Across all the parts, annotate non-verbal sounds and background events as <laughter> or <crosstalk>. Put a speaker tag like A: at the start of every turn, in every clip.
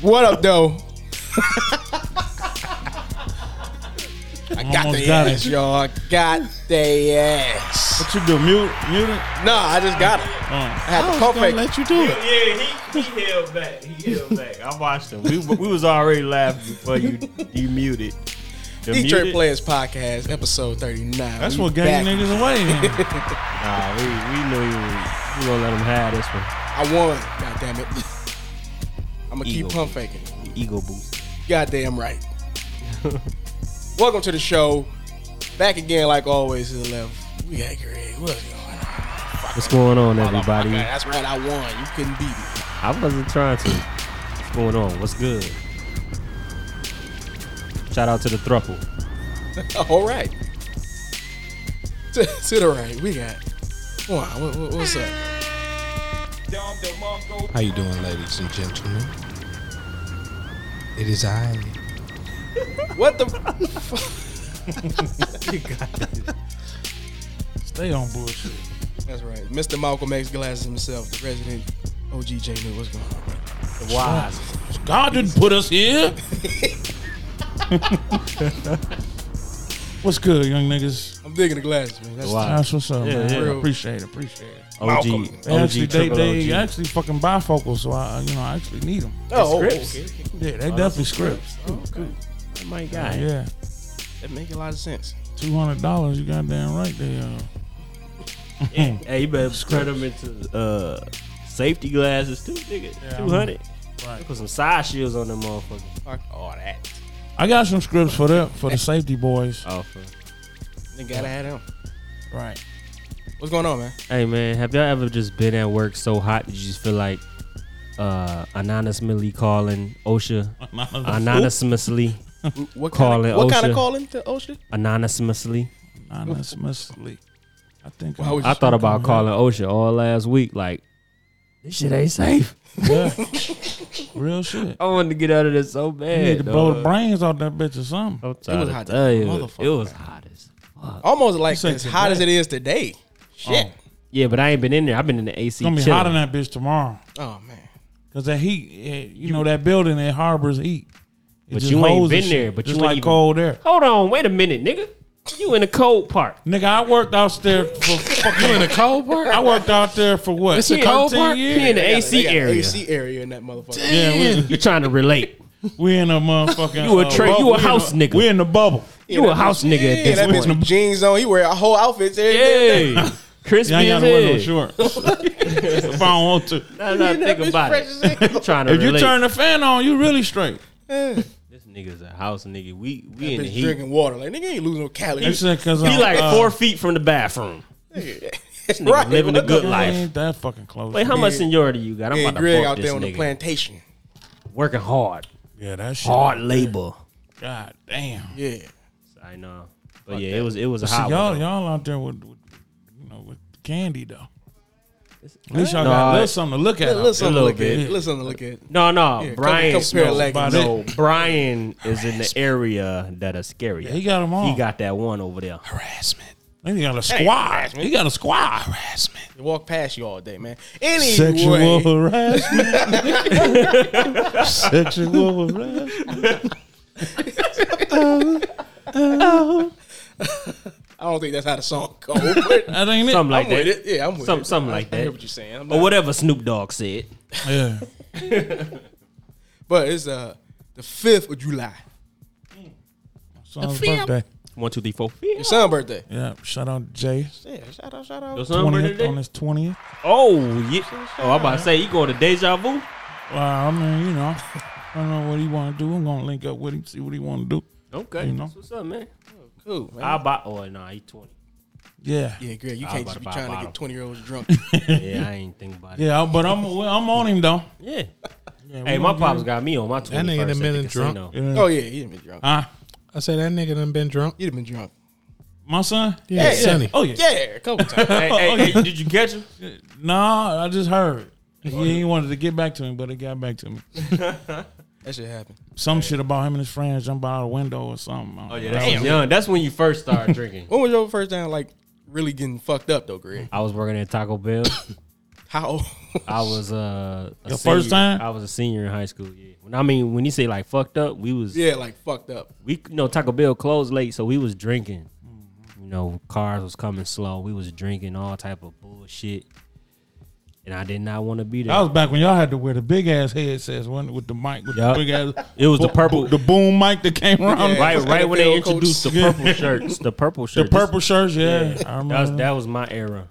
A: What up,
B: <laughs>
A: though? I got
B: Almost
A: the
B: got
A: ass,
B: it.
A: y'all. I got the ass.
B: What you do? Mute, mute it.
A: No, I just got it.
B: Uh, I
A: had to
B: was
A: call
B: gonna
A: fake.
B: Let you do it.
C: Yeah, he, he held back. He held back. I watched him. We, we was already laughing before you you muted. The
A: Detroit
C: muted-
A: Players Podcast, episode 39.
B: That's
A: We
B: what gave
A: back.
B: niggas away. man.
C: Nah, we, we knew you was- we gonna let him have this one.
A: I won. God damn it. <laughs> I'm going to keep
C: Eagle.
A: pump faking.
C: Ego boost.
A: Goddamn right. <laughs> Welcome to the show. Back again, like always, to the left. We got Greg. What's going on?
C: What's going on, everybody?
A: Motherfucker, That's right. I won. You couldn't beat me.
C: I wasn't trying to. What's going on? What's good? Shout out to the thruple.
A: <laughs> All right. To, to the right, we got. Wow, what, what, what's up?
D: How you doing, ladies and gentlemen? It is I.
A: <laughs> What the? f-
B: Stay on bullshit.
A: That's right, Mr. Malcolm X Glasses himself, the resident OGJ. Knew what's going on. bro?
C: The wise.
B: God didn't put us here. What's good, young niggas?
A: I'm digging the glasses, man. That's
C: Wow.
B: That's what's up,
C: Yeah,
B: man.
A: yeah.
B: Appreciate it. Appreciate it.
C: OG.
B: They actually,
C: OG,
B: they,
C: triple
B: they
C: OG.
B: actually fucking bifocal, so I, you know, I actually need them.
A: oh,
C: Scripts.
A: okay, okay.
B: Yeah, they definitely scripts.
C: Oh my God.
B: Yeah,
A: that make a lot of sense.
B: two hundred dollars. You goddamn right there.
C: Hey, you better spread them into uh, safety glasses too, nigga.
B: Yeah, I'm-
C: Two hundred.
B: Right.
C: Put some side shields on them motherfuckers.
A: Fuck all that.
B: <laughs> I got some scripts for that for the safety boys.
C: Oh,
A: They gotta have them.
B: <laughs> Right.
A: What's going
D: <laughs>
A: on, man?
C: hey man, have y'all ever just been at work so hot that you just feel like uh, anonymously calling OSHA, anonymously,
A: What
C: Calling
A: kind of, what kind
C: OSHA.
A: of calling to OSHA?
C: anonymously?
B: Anonymously. I think
A: Why would
C: I thought about calling OSHA all last week. Like this shit ain't safe.
B: Yeah. <laughs> Real
C: <laughs>
B: shit.
C: I wanted to get out of this so
B: You
C: bad.
B: need to blow the
C: dog.
B: brains off that bitch or something.
C: I'm trying
A: was
C: to
A: hot as
C: tell
A: a
C: you,
A: motherfucker.
C: It was hot as
D: Uh,
C: fuck.
A: Almost like
B: said
A: as hot
B: today.
A: as it is today.
D: Oh,
A: Shit.
C: Yeah, but I ain't been in there. I've been in the AC.
B: It's gonna be
C: chilling.
B: hot in that bitch tomorrow.
A: Oh, man.
B: Cause that heat, it- you know, that building it harbors heat. It
C: But
B: just
C: you ain't
B: holds the
C: been
B: shit,
C: there, but
B: just
C: you ain't
B: like
C: even-
B: cold air.
C: Hold on, wait a minute, nigga. You in the cold part.
B: Nigga, I worked out there for fucking.
D: In the cold part?
B: I worked out there for what?
D: It's a cold
B: 13
D: part?
C: He in
B: years.
C: the AC
A: They got
C: area.
A: AC area in that motherfucker.
B: Yeah,
C: You're trying to relate.
B: we, we in a motherfucking.
C: You a
B: uh,
C: tra-
B: bubble.
C: you a
B: We in
C: house nigga.
B: We in the bubble.
C: You a house nigga at
A: Yeah,
C: this
A: that bitch
C: point.
A: with jeans on. He wear a whole outfit.
C: Hey,
B: <laughs>
C: crispy
B: Y'all ain't got
C: as
B: to wear no
C: hell.
B: shorts <laughs> if I don't
C: <laughs>
B: want to.
C: Now that I think about
A: <laughs>
C: it. <laughs> I'm trying to
B: If you
C: relate.
B: turn the fan on, you really straight.
C: this nigga's a house nigga. We we in the
A: Bitch
C: heat.
A: drinking Uh, water. Like, nigga ain't losing no
B: They
A: calories.
B: said because
C: He like four feet from the bathroom. nigga
A: right.
C: living the
A: what
C: good
A: the-
C: life.
B: Ain't that fucking close?
C: Wait, how
A: Yeah.
C: much seniority you got? I'm
A: Yeah,
C: about
A: Greg
C: to fuck
A: out
C: this
A: there on the
C: nigga.
A: plantation.
C: Working hard,
B: yeah, that shit.
C: hard labor.
B: God damn.
A: Yeah.
C: I know, but yeah, it was it was a
B: See,
C: hot
B: y'all,
C: one. though.
B: y'all out there with, with, you know, with candy though. At least y'all
C: Nah,
B: got a
C: it-
B: little something to look at.
A: Listen,
B: out
A: listen to
C: little
A: look
C: bit.
A: at. Listen to look at.
C: No, no,
A: Yeah,
C: Brian.
A: come- compare
C: no,
A: leggings.
C: no, Brian is in the area that is scary.
B: there. He got them all.
C: He got that one over there.
D: Harassment.
B: Then he got a squad. he got a squad.
D: Harassment.
A: They walk past you all day, man. Anyway,
B: Sexual <laughs> harassment. Sexual harassment.
A: I don't think that's how the song goes. But
B: That ain't it.
C: Something <laughs> like
A: I'm
C: that.
A: with it. Yeah, I'm with
C: Some-
A: it.
C: something like
A: I
C: that. Oh,
A: hear what you're saying. I'm
C: Or
A: not-
C: whatever Snoop Dogg said.
B: yeah.
A: But it's uh the fifth of July.
B: Son's birthday.
C: One, two, three, four.
A: Your son's birthday.
B: Yeah. Shout out Jay.
A: Yeah, shout out, shout out.
C: Your son birthday
B: Twentieth
C: today?
B: on his twentieth.
C: Oh yeah. Oh, I'm about to say you going to Deja Vu.
B: Well, I mean, you know, <laughs> I don't know what he want to do. I'm gonna link up with him, see what he want to do.
C: Okay,
B: You know.
C: that's what's up, man.
A: Cool, man.
C: I buy. Oh no, nah, he <laughs> twenty.
B: Yeah.
A: yeah, Greg, you
C: I
A: can't
C: about
A: just be
C: to buy a
A: trying to
C: bottle.
A: get 20 year olds drunk.
C: yeah, I ain't think about it.
B: Yeah, but I'm I'm on him though.
C: Yeah.
B: Yeah, we
C: Hey, my
B: gonna
C: pops got me on my twenty
D: That
C: first.
D: nigga done been
C: at the
D: in drunk.
C: casino.
B: get him.
A: oh, yeah, you done been drunk.
B: Huh?
D: I said that nigga done been drunk.
A: You done been drunk.
B: My son?
D: Yeah, Sonny.
B: Oh yeah.
A: Yeah, a couple times.
C: <laughs> Hey, hey, hey, did you catch him?
B: Nah, I just heard. Yeah, he wanted to get back to me, but it got back to me.
A: that shit happened.
B: Some shit about him and his friends jumping out of the window or something.
C: Oh yeah, that's young. That's when you first started <laughs> drinking. Mm.
A: When was your first time, like, really getting fucked up, though, Greg?
C: I was working at Taco Bell.
A: How old?
C: I was uh, a
B: Your first
C: senior-
B: time?
C: I was a senior in high school. Yeah. When I mean, when you say like fucked up, we was
A: yeah, like fucked up.
C: we you know Taco Bell closed late, so we was drinking. You know, cars was coming slow. We was drinking all type of bullshit, and I did not want to be there.
B: That was back when y'all had to wear the big ass headsets one with the mic with
C: Yup.
B: the big ass.
C: It was <laughs> the
B: bo-
C: purple-
B: bo- the boom mic that came around.
A: Yeah.
C: right,
A: was
C: right when they
A: NFL coach.
C: introduced the
B: <laughs>
C: purple shirts, the purple
B: The
C: shirts,
B: purple Mm. shirts, yeah. I
C: That
B: remember.
C: was
B: that.
C: that was my era.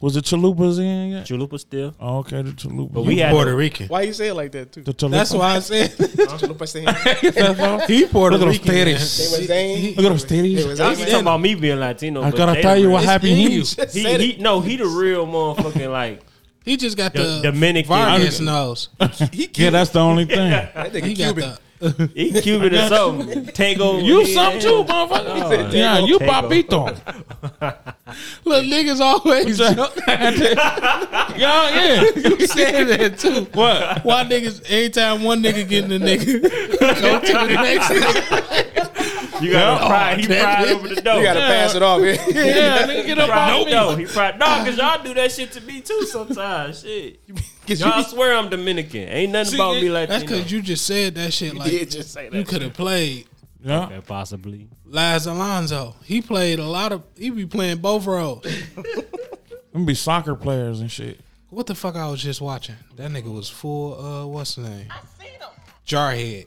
B: Was the chalupas in yet?
C: Chalupa still,
B: Oh, okay, the chalupas.
C: but we had
D: Puerto Rican.
A: Why you say it like that too?
B: The chalupa.
A: That's why I said. They
D: <laughs>
B: <laughs>
D: He Puerto
B: Look at
D: Rican.
B: them
D: man.
A: was Zane.
B: Look at those titties.
A: They was
C: Y'all keep talking
A: Zane.
C: about me being Latino.
B: I
C: but
B: gotta
C: they
B: tell
C: the
B: you
C: real-
B: what happened
D: He,
B: here.
A: Just
C: He,
A: said it.
C: he no, he the real motherfucking like
D: he just got
C: The
D: the,
C: Dominican.
D: Vargas nose.
A: He cute.
B: Yeah, that's the only thing.
A: that
D: He
A: nigga
D: got
A: Cuban.
D: the
C: he
B: <laughs>
C: Cuban or something. Tango,
B: You
C: yeah.
B: some too, motherfucker.
C: Oh,
B: yeah, you
C: Tango.
B: papito.
D: look. Niggas always
B: Y'all,
D: <laughs>
B: yeah.
C: <laughs>
D: you said that too.
B: What?
D: Why niggas? Every time one nigga getting the nigga, go to the next. Nigga.
C: You gotta pry.
B: Oh,
C: He
D: damn
C: pried
D: it.
C: over the door.
A: You gotta pass it off. man.
B: Yeah, nigga, get
C: He
B: up
C: pried
B: off
C: over
B: me.
C: the door. He pried. No, cause y'all do that shit to me too sometimes.
A: <laughs>
C: Shit. Y'all swear I'm Dominican. Ain't nothing
B: See,
C: about me
B: it-
C: Latino.
D: That's because you just said that shit. Like
A: did just say that.
D: you could have played
B: Yeah.
C: possibly.
D: Laz Alonso. He played a lot of. He be playing both roles.
B: Them be soccer players and shit.
D: What the fuck I was just watching? That nigga was full. Uh, what's his name? I seen him. Jarhead.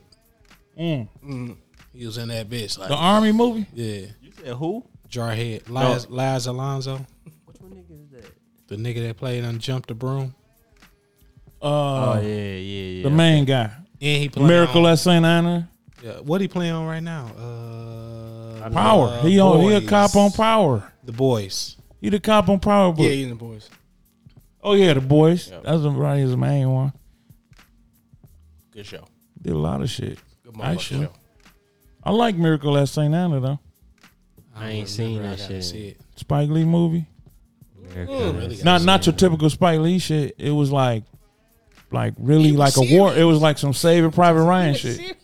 B: Mm.
D: He was in that bitch. Like
B: The army movie?
D: yeah,
C: You said who?
D: Jarhead. Laz, Laz Alonso,
C: Which one nigga is that?
D: the nigga that played on Jump the Broom,
B: Uh,
C: Oh yeah, yeah, yeah.
B: the main guy.
D: and he played
B: Miracle
D: On,
B: at St. Anna.
D: yeah, what he playing on right now? Uh,
B: Power.
D: uh,
B: he on, he a
D: Boys.
B: cop on power.
D: The boys.
B: He the cop on power book.
A: Yeah, he's in the boys.
B: Oh yeah, the boys. That's probably his main one.
A: Good show.
B: Did a lot of shit.
A: Good
B: I
A: motherfucking
B: should.
A: show.
B: I like Miracle at St. Anna though.
C: I ain't seen that shit.
D: See it.
B: Spike Lee movie.
C: America.
D: Really
B: Not not your typical Spike Lee shit. It was like, like really like a war. It was like some Saving Private Ryan shit.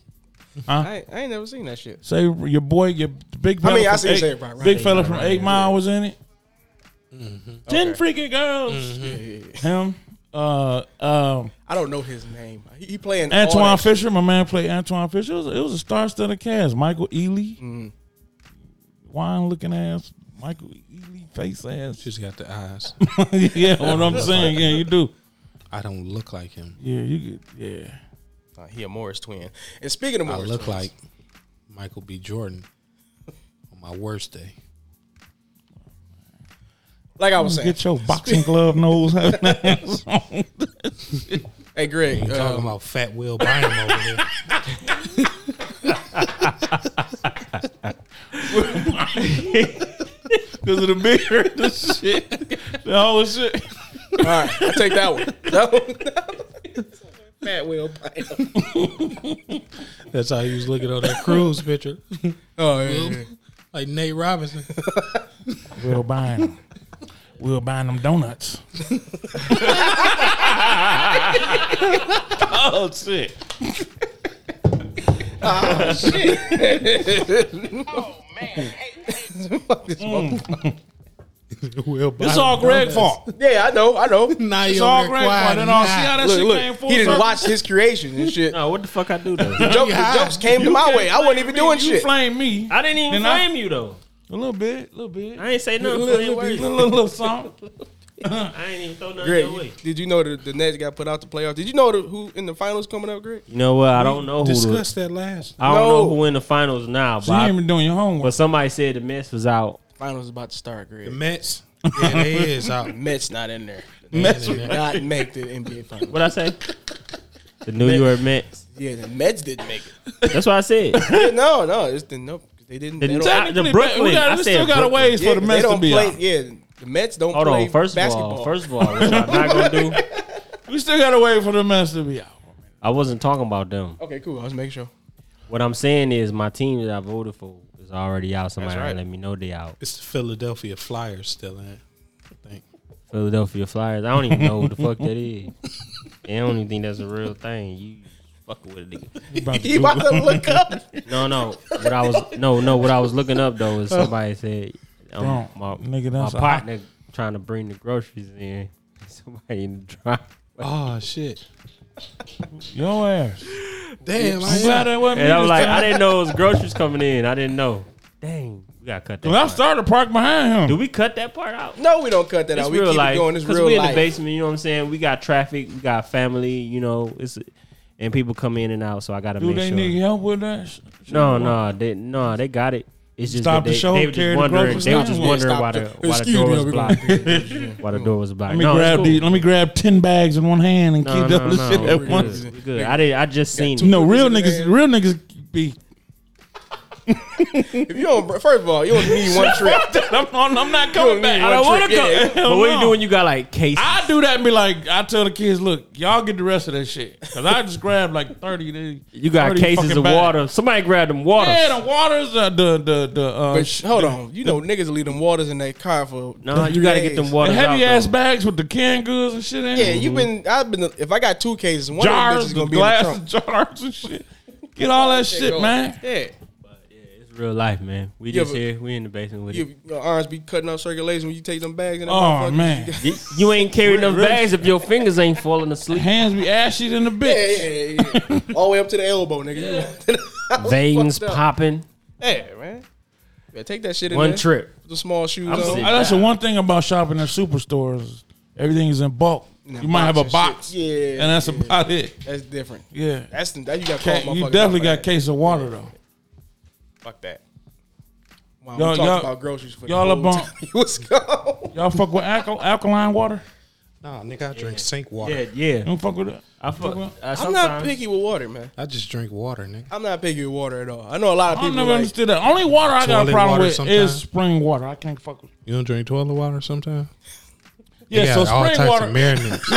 B: Huh?
A: I, ain't- I ain't never seen that shit.
B: Say your boy, your big
A: I
B: fella.
A: mean, I
B: from
A: seen
B: eight,
A: Saving Private Ryan. Mm-hmm.
B: Big fella from Eight Mile was in it. Ten
A: Okay. Mm.
B: freaking girls. Him. Uh, um,
A: I don't know his name. He, he playing all
B: Antoine
A: that-
B: Fisher, my man played Antoine Fisher. It was, it was a star-studded cast. Michael Ealy,
A: Mm-hmm.
B: wine-looking ass, Michael Ealy face ass.
D: Just got the eyes.
B: <laughs> yeah, what I'm saying. Yeah, you do.
D: I don't look like him.
B: Yeah, you. could- Yeah.
A: Nah, he a Morris twin. And speaking of
D: I
A: Morris,
D: look
A: twins,
D: like Michael B. Jordan on my worst day.
A: like I was saying.
B: Get your boxing glove nose. having
A: <laughs>
B: that ass on.
A: Hey, Greg.
D: You
A: uh,
D: talking about Fat Will Bynum over here?
B: Because of the beard, the shit, the
A: Oh,
B: whole shit.
A: All right, I take that one. That one- Fat Will Bynum.
D: That's how he was looking on that cruise picture,
A: Oh yeah, yeah.
D: like Nate Robinson.
B: We'll buy them. We'll buy them donuts. oh shit!
A: <laughs> Oh,
D: Will Bynum.
B: It's all Greg fault.
A: yeah. I know, I know. Look,
D: Now
B: It's
D: you
B: all
D: over
B: Greg
D: there quiet
B: fault. And all see how
D: and
B: that shit came
A: look.
B: full
A: He didn't
B: circle?
A: watch his creation and shit.
C: No, what the fuck I do though?
A: Joke, the
D: high.
A: jokes came to my way. I wasn't even
B: You
A: doing shit.
B: Flame me
C: <laughs> I didn't even
B: Then I-
C: blame you though.
B: a little bit, a little bit.
C: I ain't say nothing.
B: Little,
C: funny
B: little,
C: words.
B: little, little, little something.
C: I ain't even throw nothing
A: Greg,
C: your way.
A: did you know that the Nets got put out the playoffs? Did you know the, who in the finals coming up, Greg?
C: You know what? I don't know who. the-
D: discussed that last.
C: I don't know
A: No.
C: who in the finals now, but
B: So you
C: I-
B: ain't been doing your homework.
C: but somebody said the Mets was out.
A: Finals about to start, Greg.
D: The Mets. Yeah, they is out. <laughs>
A: Mets not in there. The
D: Mets
A: Mets did not make the NBA finals.
C: What
A: <laughs>
C: I say? The New York Mets.
A: Yeah, the Mets didn't make it.
C: That's what
A: <laughs>
C: I said.
A: Yeah, no, no, it's the nope. They didn't. They
C: The
A: don't,
C: Jack-
B: Technically, but
C: Brooklyn.
B: we,
C: I
B: got, we
C: said
B: still got a
C: Brooklyn.
B: ways
A: yeah,
B: for the
A: they
B: Mets to
A: don't
B: be
A: play.
B: out.
A: Yeah, the Mets don't
C: Hold
A: play
C: on. First of
A: basketball.
C: all, first of all, what I'm not gonna do.
A: <laughs>
B: We still got a way for the Mets to be out.
C: I wasn't talking about them.
A: okay, cool. I was making sure.
C: What I'm saying is my team that I voted for is already out. Somebody
A: That's right.
C: let me know they out.
D: It's the Philadelphia Flyers still in. I think.
C: Philadelphia Flyers. I don't even know who the fuck that is. And I don't even think that's a real thing. You fucking with a nigga.
B: We <laughs> about
A: <laughs>
B: to
A: You about to look up?
C: No, no. What I was no, no. What I was looking up though is somebody said um,
B: Bro,
C: my
B: nigga,
C: my
B: that's a-
C: partner trying to bring the groceries in. <laughs> Somebody in the driveway.
D: Oh shit!
B: Your ass.
D: Damn,
B: <laughs>
D: I
B: I'm glad that wasn't me.
C: And I'm
B: this
C: like,
B: time.
C: I didn't know it was groceries coming in. I didn't know. Dang, we gotta cut that.
B: Well, I
C: Part.
B: started to park behind
C: Do
B: him.
C: we cut that part out?
A: No, we don't cut that out. We keep it going. It's
C: Cause
A: real
C: we in
A: life.
C: the basement. You know what I'm saying? We got traffic. We got family. You know, it's and people come in and out. So I gotta
B: Do
C: make
B: they
C: sure.
B: need help with that? sh- shit?
C: no, no, they, no, they got it. It's just
B: Stop
C: that
B: the
C: they,
B: show,
C: they were
B: carry
C: just
B: the
C: wondering.
B: groceries
C: They were
B: down.
C: just
B: Yeah,
C: wondering
A: stop
C: why
A: the-
C: the why the
A: Excuse
C: door
A: me,
C: was
A: we
C: blocked.
A: gonna-
C: Why the door was blocked.
B: Let me
C: No, it's
B: grab
C: cool.
B: the, Let me grab ten bags in one hand and
C: No,
B: keep
C: no,
B: the other
C: no,
B: shit
C: we
B: at
C: good,
B: once.
C: we good. I did. I just seen.
B: No, real
A: Put this
B: niggas.
A: in
B: Real niggas be. <laughs>
A: If you don't, first of all, you only need one trip.
B: I'm, I'm not
A: You
B: coming
A: don't need
B: back. I don't
A: one
B: want to
A: trip,
B: go.
A: yeah.
B: Hell
C: But what
B: no.
C: you do when you got like cases?
B: I do that and be like, I tell the kids, look, y'all get the rest of that shit. Cause I just grabbed like 30 of these-
C: You got
B: 30
C: cases
B: fucking
C: of
B: bags.
C: water. Somebody grab them water.
B: Yeah, the waters, uh, the, the, the, uh,
A: But sh- hold on, you know niggas leave them waters in their car for.
C: no, you
A: three
C: gotta get
A: days.
C: them
B: the
C: water.
B: heavy ass bags with the canned goods and shit in
A: Yeah,
B: it.
A: you been. I've been. If I got two cases, one
B: jars,
A: of them bitches gonna
B: the
A: be in the
B: glass
A: trunk.
B: jars and shit. Get all that shit, man.
A: Yeah,
C: It's real life, man. We
A: Yeah,
C: just
A: but-
C: here. We in the basement with
A: you,
C: it.
A: your arms be cutting up circulation when you take them bags. And that
B: Oh
A: motherfucker.
B: man,
C: You, you ain't carrying enough
B: really-
C: bags if your fingers ain't falling asleep.
B: hands be ashy than a
A: Yeah,
B: bitch.
A: yeah, yeah, yeah. all the way up to the elbow, nigga. <laughs>
C: Veins
A: fucked up.
C: popping.
A: Yeah, man. Yeah, take that shit in
C: One
A: there.
C: trip.
A: Put the small shoes
C: I'm
A: on.
C: sick.
B: Uh, That's the one thing about shopping at superstores. Everything is in bulk.
A: a
B: You might have a
A: box
B: box,
A: and shit. Yeah,
B: and that's
A: yeah.
B: about it.
A: That's different.
B: Yeah,
A: That's that you got.
B: Ca-
A: caught,
B: you
A: motherfucker,
B: definitely
A: by
B: got
A: that.
B: case of water though.
A: Fuck that. Wow,
B: Y'all-
A: we talked
B: y'all-
A: about groceries for
B: y'all
A: the
B: up
A: whole
B: on-
A: time <laughs> you was gone.
B: Y'all fuck with alco- alkaline water?
D: Nah, nigga, I drink sink water.
C: Yeah, yeah.
B: You don't fuck with that.
C: I fuck. Uh,
A: I'm not
C: sometimes-
A: picky with water, man.
D: I just drink water, nigga.
A: I'm not picky with water at all. I know a lot of
B: I
A: people
B: never
A: like,
B: understood that. Only water I got a
D: Toilet
B: problem
D: water
B: with
D: sometimes.
B: is spring water. I can't fuck with.
D: You don't drink toilet water sometimes?
B: Yeah, so
D: all
B: spring
D: types
B: water.
D: of marinades.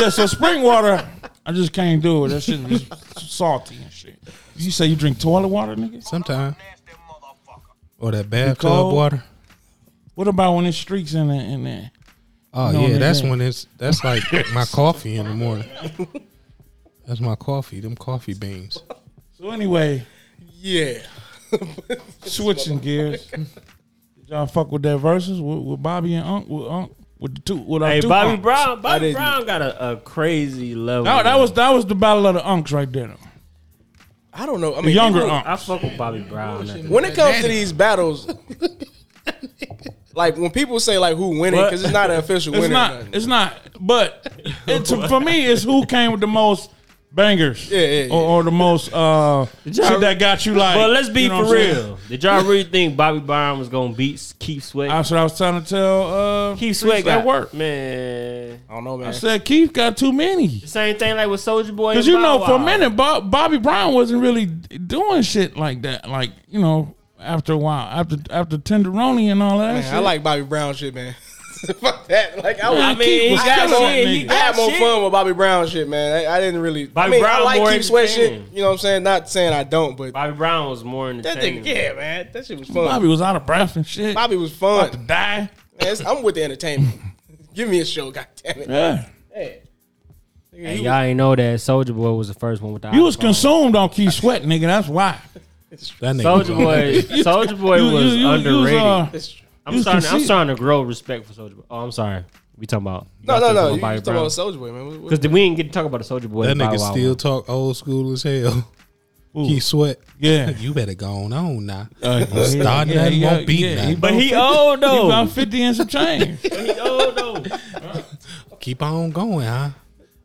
B: <laughs> yeah, so spring water. I just can't do it. That shit is salty and shit. You say you drink toilet water, nigga?
D: Sometimes. Or that bathtub
B: cold?
D: water.
B: What about when there's streaks in there? In there?
D: Oh
B: No,
D: yeah,
B: nigga.
D: that's when it's that's like my coffee in the morning. <laughs> That's my coffee. Them coffee beans.
B: So anyway,
A: yeah.
B: switching gears. Did y'all fuck with that versus with, with Bobby and Unc with Unc with the two with our
C: Hey,
B: two
C: Bobby
B: Uncs?
C: Brown.
A: I
C: Bobby
A: didn't-
C: Brown got a, a crazy level.
B: That, that was that was the battle of the Unks right there. Though.
A: I don't know. I
B: The
A: mean,
B: younger
A: people-
B: Unc.
C: I fuck with Bobby Brown. at the-
A: When it comes to these battles, like when people say like who winning because it's not an official
B: It's
A: winner. or
B: not.
A: nothing.
B: It's not.
A: <laughs>
B: But it's, for me, it's who came with the most bangers.
A: Yeah, yeah, yeah.
B: Or, or the most uh, shit that got you like.
C: But let's be
B: you know
C: for
B: what I'm saying?
C: real. Did y'all really think Bobby Brown was gonna beat Keith Sweat?
B: That's what I was trying to tell. Uh,
C: Keith Sweat
B: Priest at
C: got
B: work.
C: man.
A: I don't know, man.
B: I said Keith got too many.
C: Same thing like with Soldier Boy.
B: Because
C: and
B: you know,
C: Bow
B: for a
C: Wow.
B: minute, Bob, Bobby Brown wasn't really doing shit like that. Like you know, after a while, after after Tenderoni and all that.
A: Man,
B: shit.
A: I like Bobby Brown shit, man. <laughs> Fuck that. Like I, was,
B: Man,
A: I
C: I
A: mean,
C: mean,
B: Keith
C: he
B: was
C: got
B: killing
C: shit.
B: that
C: He
B: nigga.
A: I had
C: got
A: more
C: shit.
A: fun with Bobby Brown shit, man. I, I didn't really. I
C: Bobby
A: mean, I
C: Brown
A: like
C: more
A: Keith Sweat shit.
C: entertaining.
A: You know what I'm saying? Not saying I don't, but
C: Bobby Brown was more in the
A: that nigga, yeah, man, that shit was fun.
B: Bobby
A: Bobby,
B: was out of breath and shit.
A: was fun.
B: about to die.
A: Man, it's- I'm with the entertainment. <laughs> Give me a show, <laughs> goddammit.
B: Yeah,
A: Hey. Nigga,
C: Hey,
A: you-
C: y'all ain't know that Soldier Boy was the first one with the.
B: you was
C: iPhone.
B: consumed on Keith Sweat, nigga. That's why.
D: That nigga.
B: <laughs>
C: Soldier Boy. Soldier Boy
B: You- you-
C: was
B: you- you was,
C: underrated.
B: uh,
A: it's true.
C: I'm
B: you
C: starting. I'm
B: conceited.
C: starting to grow respect for Soldier Boy. Oh, I'm sorry. We talking about
A: No, no, no. You
C: Because
A: talking about Soldier Boy, man? What- what-
C: we didn't get to talk about the Soldier Boy.
D: That
C: and Bow
D: nigga
C: Wow.
D: still talk old school as hell. <laughs>
B: Ooh.
D: He sweat.
B: Yeah.
C: <laughs>
D: You better go on on now.
B: Uh, yeah,
D: starting that won't beat nothing.
C: But he <laughs>
B: <laughs>
C: old
B: He
C: though.
B: about fifty and some change.
C: he old though.
D: Keep on going, huh?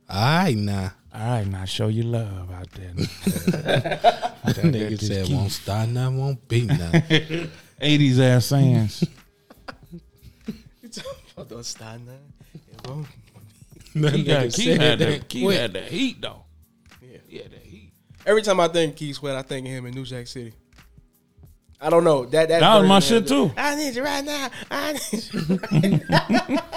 D: All
B: <laughs>
D: right, nah.
B: <laughs> All right, now show you love out there.
D: That nigga said won't start nothing, won't
B: <laughs>
D: beat nothing.
B: <laughs> Eighties ass sayings.
A: you talking about those stand there? Yeah, bro.
D: That
B: He got
D: nigga
B: Keith had
D: said
B: that.
D: that.
B: Keith had that heat though.
A: Yeah.
B: He had that heat.
A: Every time I think Keith Sweat, I think of him in New Jack City. I don't know that. That,
B: That was my
A: version
B: shit
A: of-
B: too.
A: I need you right now. I need you. <laughs>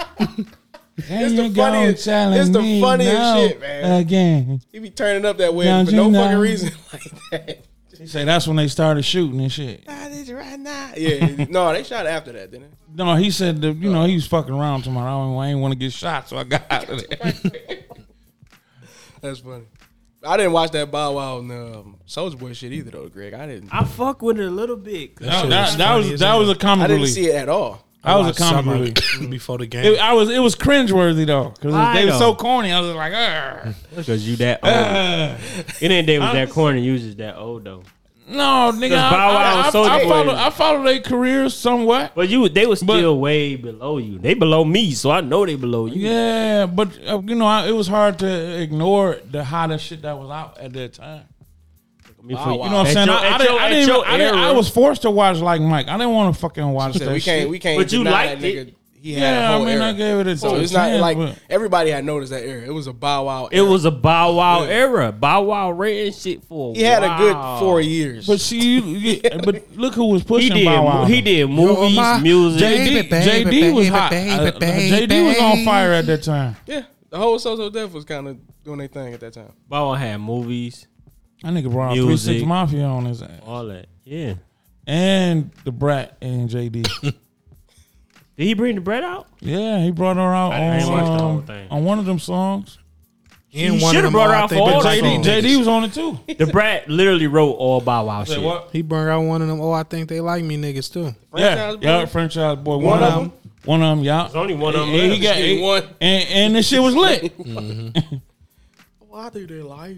B: It's
A: the funniest- it's the funniest shit, man.
B: Again,
A: He be turning up that way
B: Now,
A: for
B: you
A: no
B: know.
A: fucking reason <laughs> like that.
B: they say that's when they started shooting and shit.
A: I need you right now. Yeah, no, they shot after that, didn't they?
B: No, he said that you know he was fucking around tomorrow. I, don't- I ain't want to get shot, so I got out of <laughs> there.
A: That's funny. I didn't watch that Bow Wow and um, Soldier Boy shit either, though, Greg. I didn't.
C: I fuck with it a little bit. 'cause
B: No,
D: shit
B: that,
D: was
B: that
D: funny
B: was
D: as
B: that
D: hell.
B: was a comic
A: I didn't
B: relief.
A: see it at all.
B: I was a
D: watched
B: comic
D: some of
B: relief.
D: it before the game.
B: It, I was. It was cringeworthy though, because
C: Why
B: they were
C: though?
B: so corny. I was like, "Argh."
C: Because you that old.
B: Ugh.
C: it ain't they was that
B: Honestly.
C: corny. You was just that old though.
B: no, nigga. I,
C: Bow Wow
B: I,
C: and
B: I,
C: Soulja
B: I
C: Boy.
B: follow. I follow their careers somewhat.
C: But you, they was
B: But-
C: still way below you. They below me, so I know they below you.
B: Yeah, but uh, you know, I, it was hard to ignore the hottest shit that was out at that time.
C: I mean,
A: Wow, wow.
B: You know what I'm
C: At
B: saying?
C: your-
B: I, I
C: at
B: didn't. I
C: your- at
B: didn't, even-
C: your
B: I didn't- I
C: era.
B: was forced to watch like Mike. I didn't want to fucking watch
A: Said,
B: that
A: we can't,
B: shit.
A: we can't.
C: But you
A: deny
C: liked
A: that nigga.
C: it.
A: He had
B: Yeah,
A: a whole
B: I mean,
A: era.
B: I gave it a
A: So it's
B: chance,
A: not like
B: but-
A: everybody had noticed that era. It was a Bow Wow.
C: It
A: Era.
C: was a Bow Wow
A: Yeah.
C: era. Bow Wow ran shit for.
A: He had a
C: while.
A: good four years.
B: But see, you, you-
C: <laughs>
B: but look who was
C: He
B: pushing
C: did.
B: Bow Wow.
C: He did movies,
D: my
C: music.
D: JD.
B: JD,
D: Baby, baby,
B: JD was
D: baby,
B: hot.
D: baby,
B: Uh, uh, JD was
D: baby.
B: on fire at that time.
A: yeah, the whole social death was kind of doing their thing at that time.
C: Bow Wow had movies,
B: That nigga brought Three
C: Music.
B: Six Mafia on his ass.
C: all that. Yeah.
B: and the brat and
C: <laughs>
B: JD.
C: Did he bring the bread out?
B: yeah, he brought her out
C: I didn't
B: on,
C: watch the whole
B: um,
C: thing.
B: on one of them songs.
D: In
C: You
D: one of
C: should've
D: them
C: brought
D: all, I
C: out
D: think
C: for all
D: the
C: JD.
D: songs.
B: JD was on it too.
C: The brat literally wrote all Bow Wow shit.
D: He brought out one of them. Oh, I think they like me, niggas too.
B: Yeah,
A: Franchise
B: yeah,
A: Boy?
B: franchise boy. One,
A: One
B: of
A: of
B: them. One of them, y'all.
C: There's only one of them.
B: And he
C: left.
B: got
A: Just getting
B: he-
A: one.
B: and, and this shit was lit.
A: <laughs> Mm-hmm. Why do they like?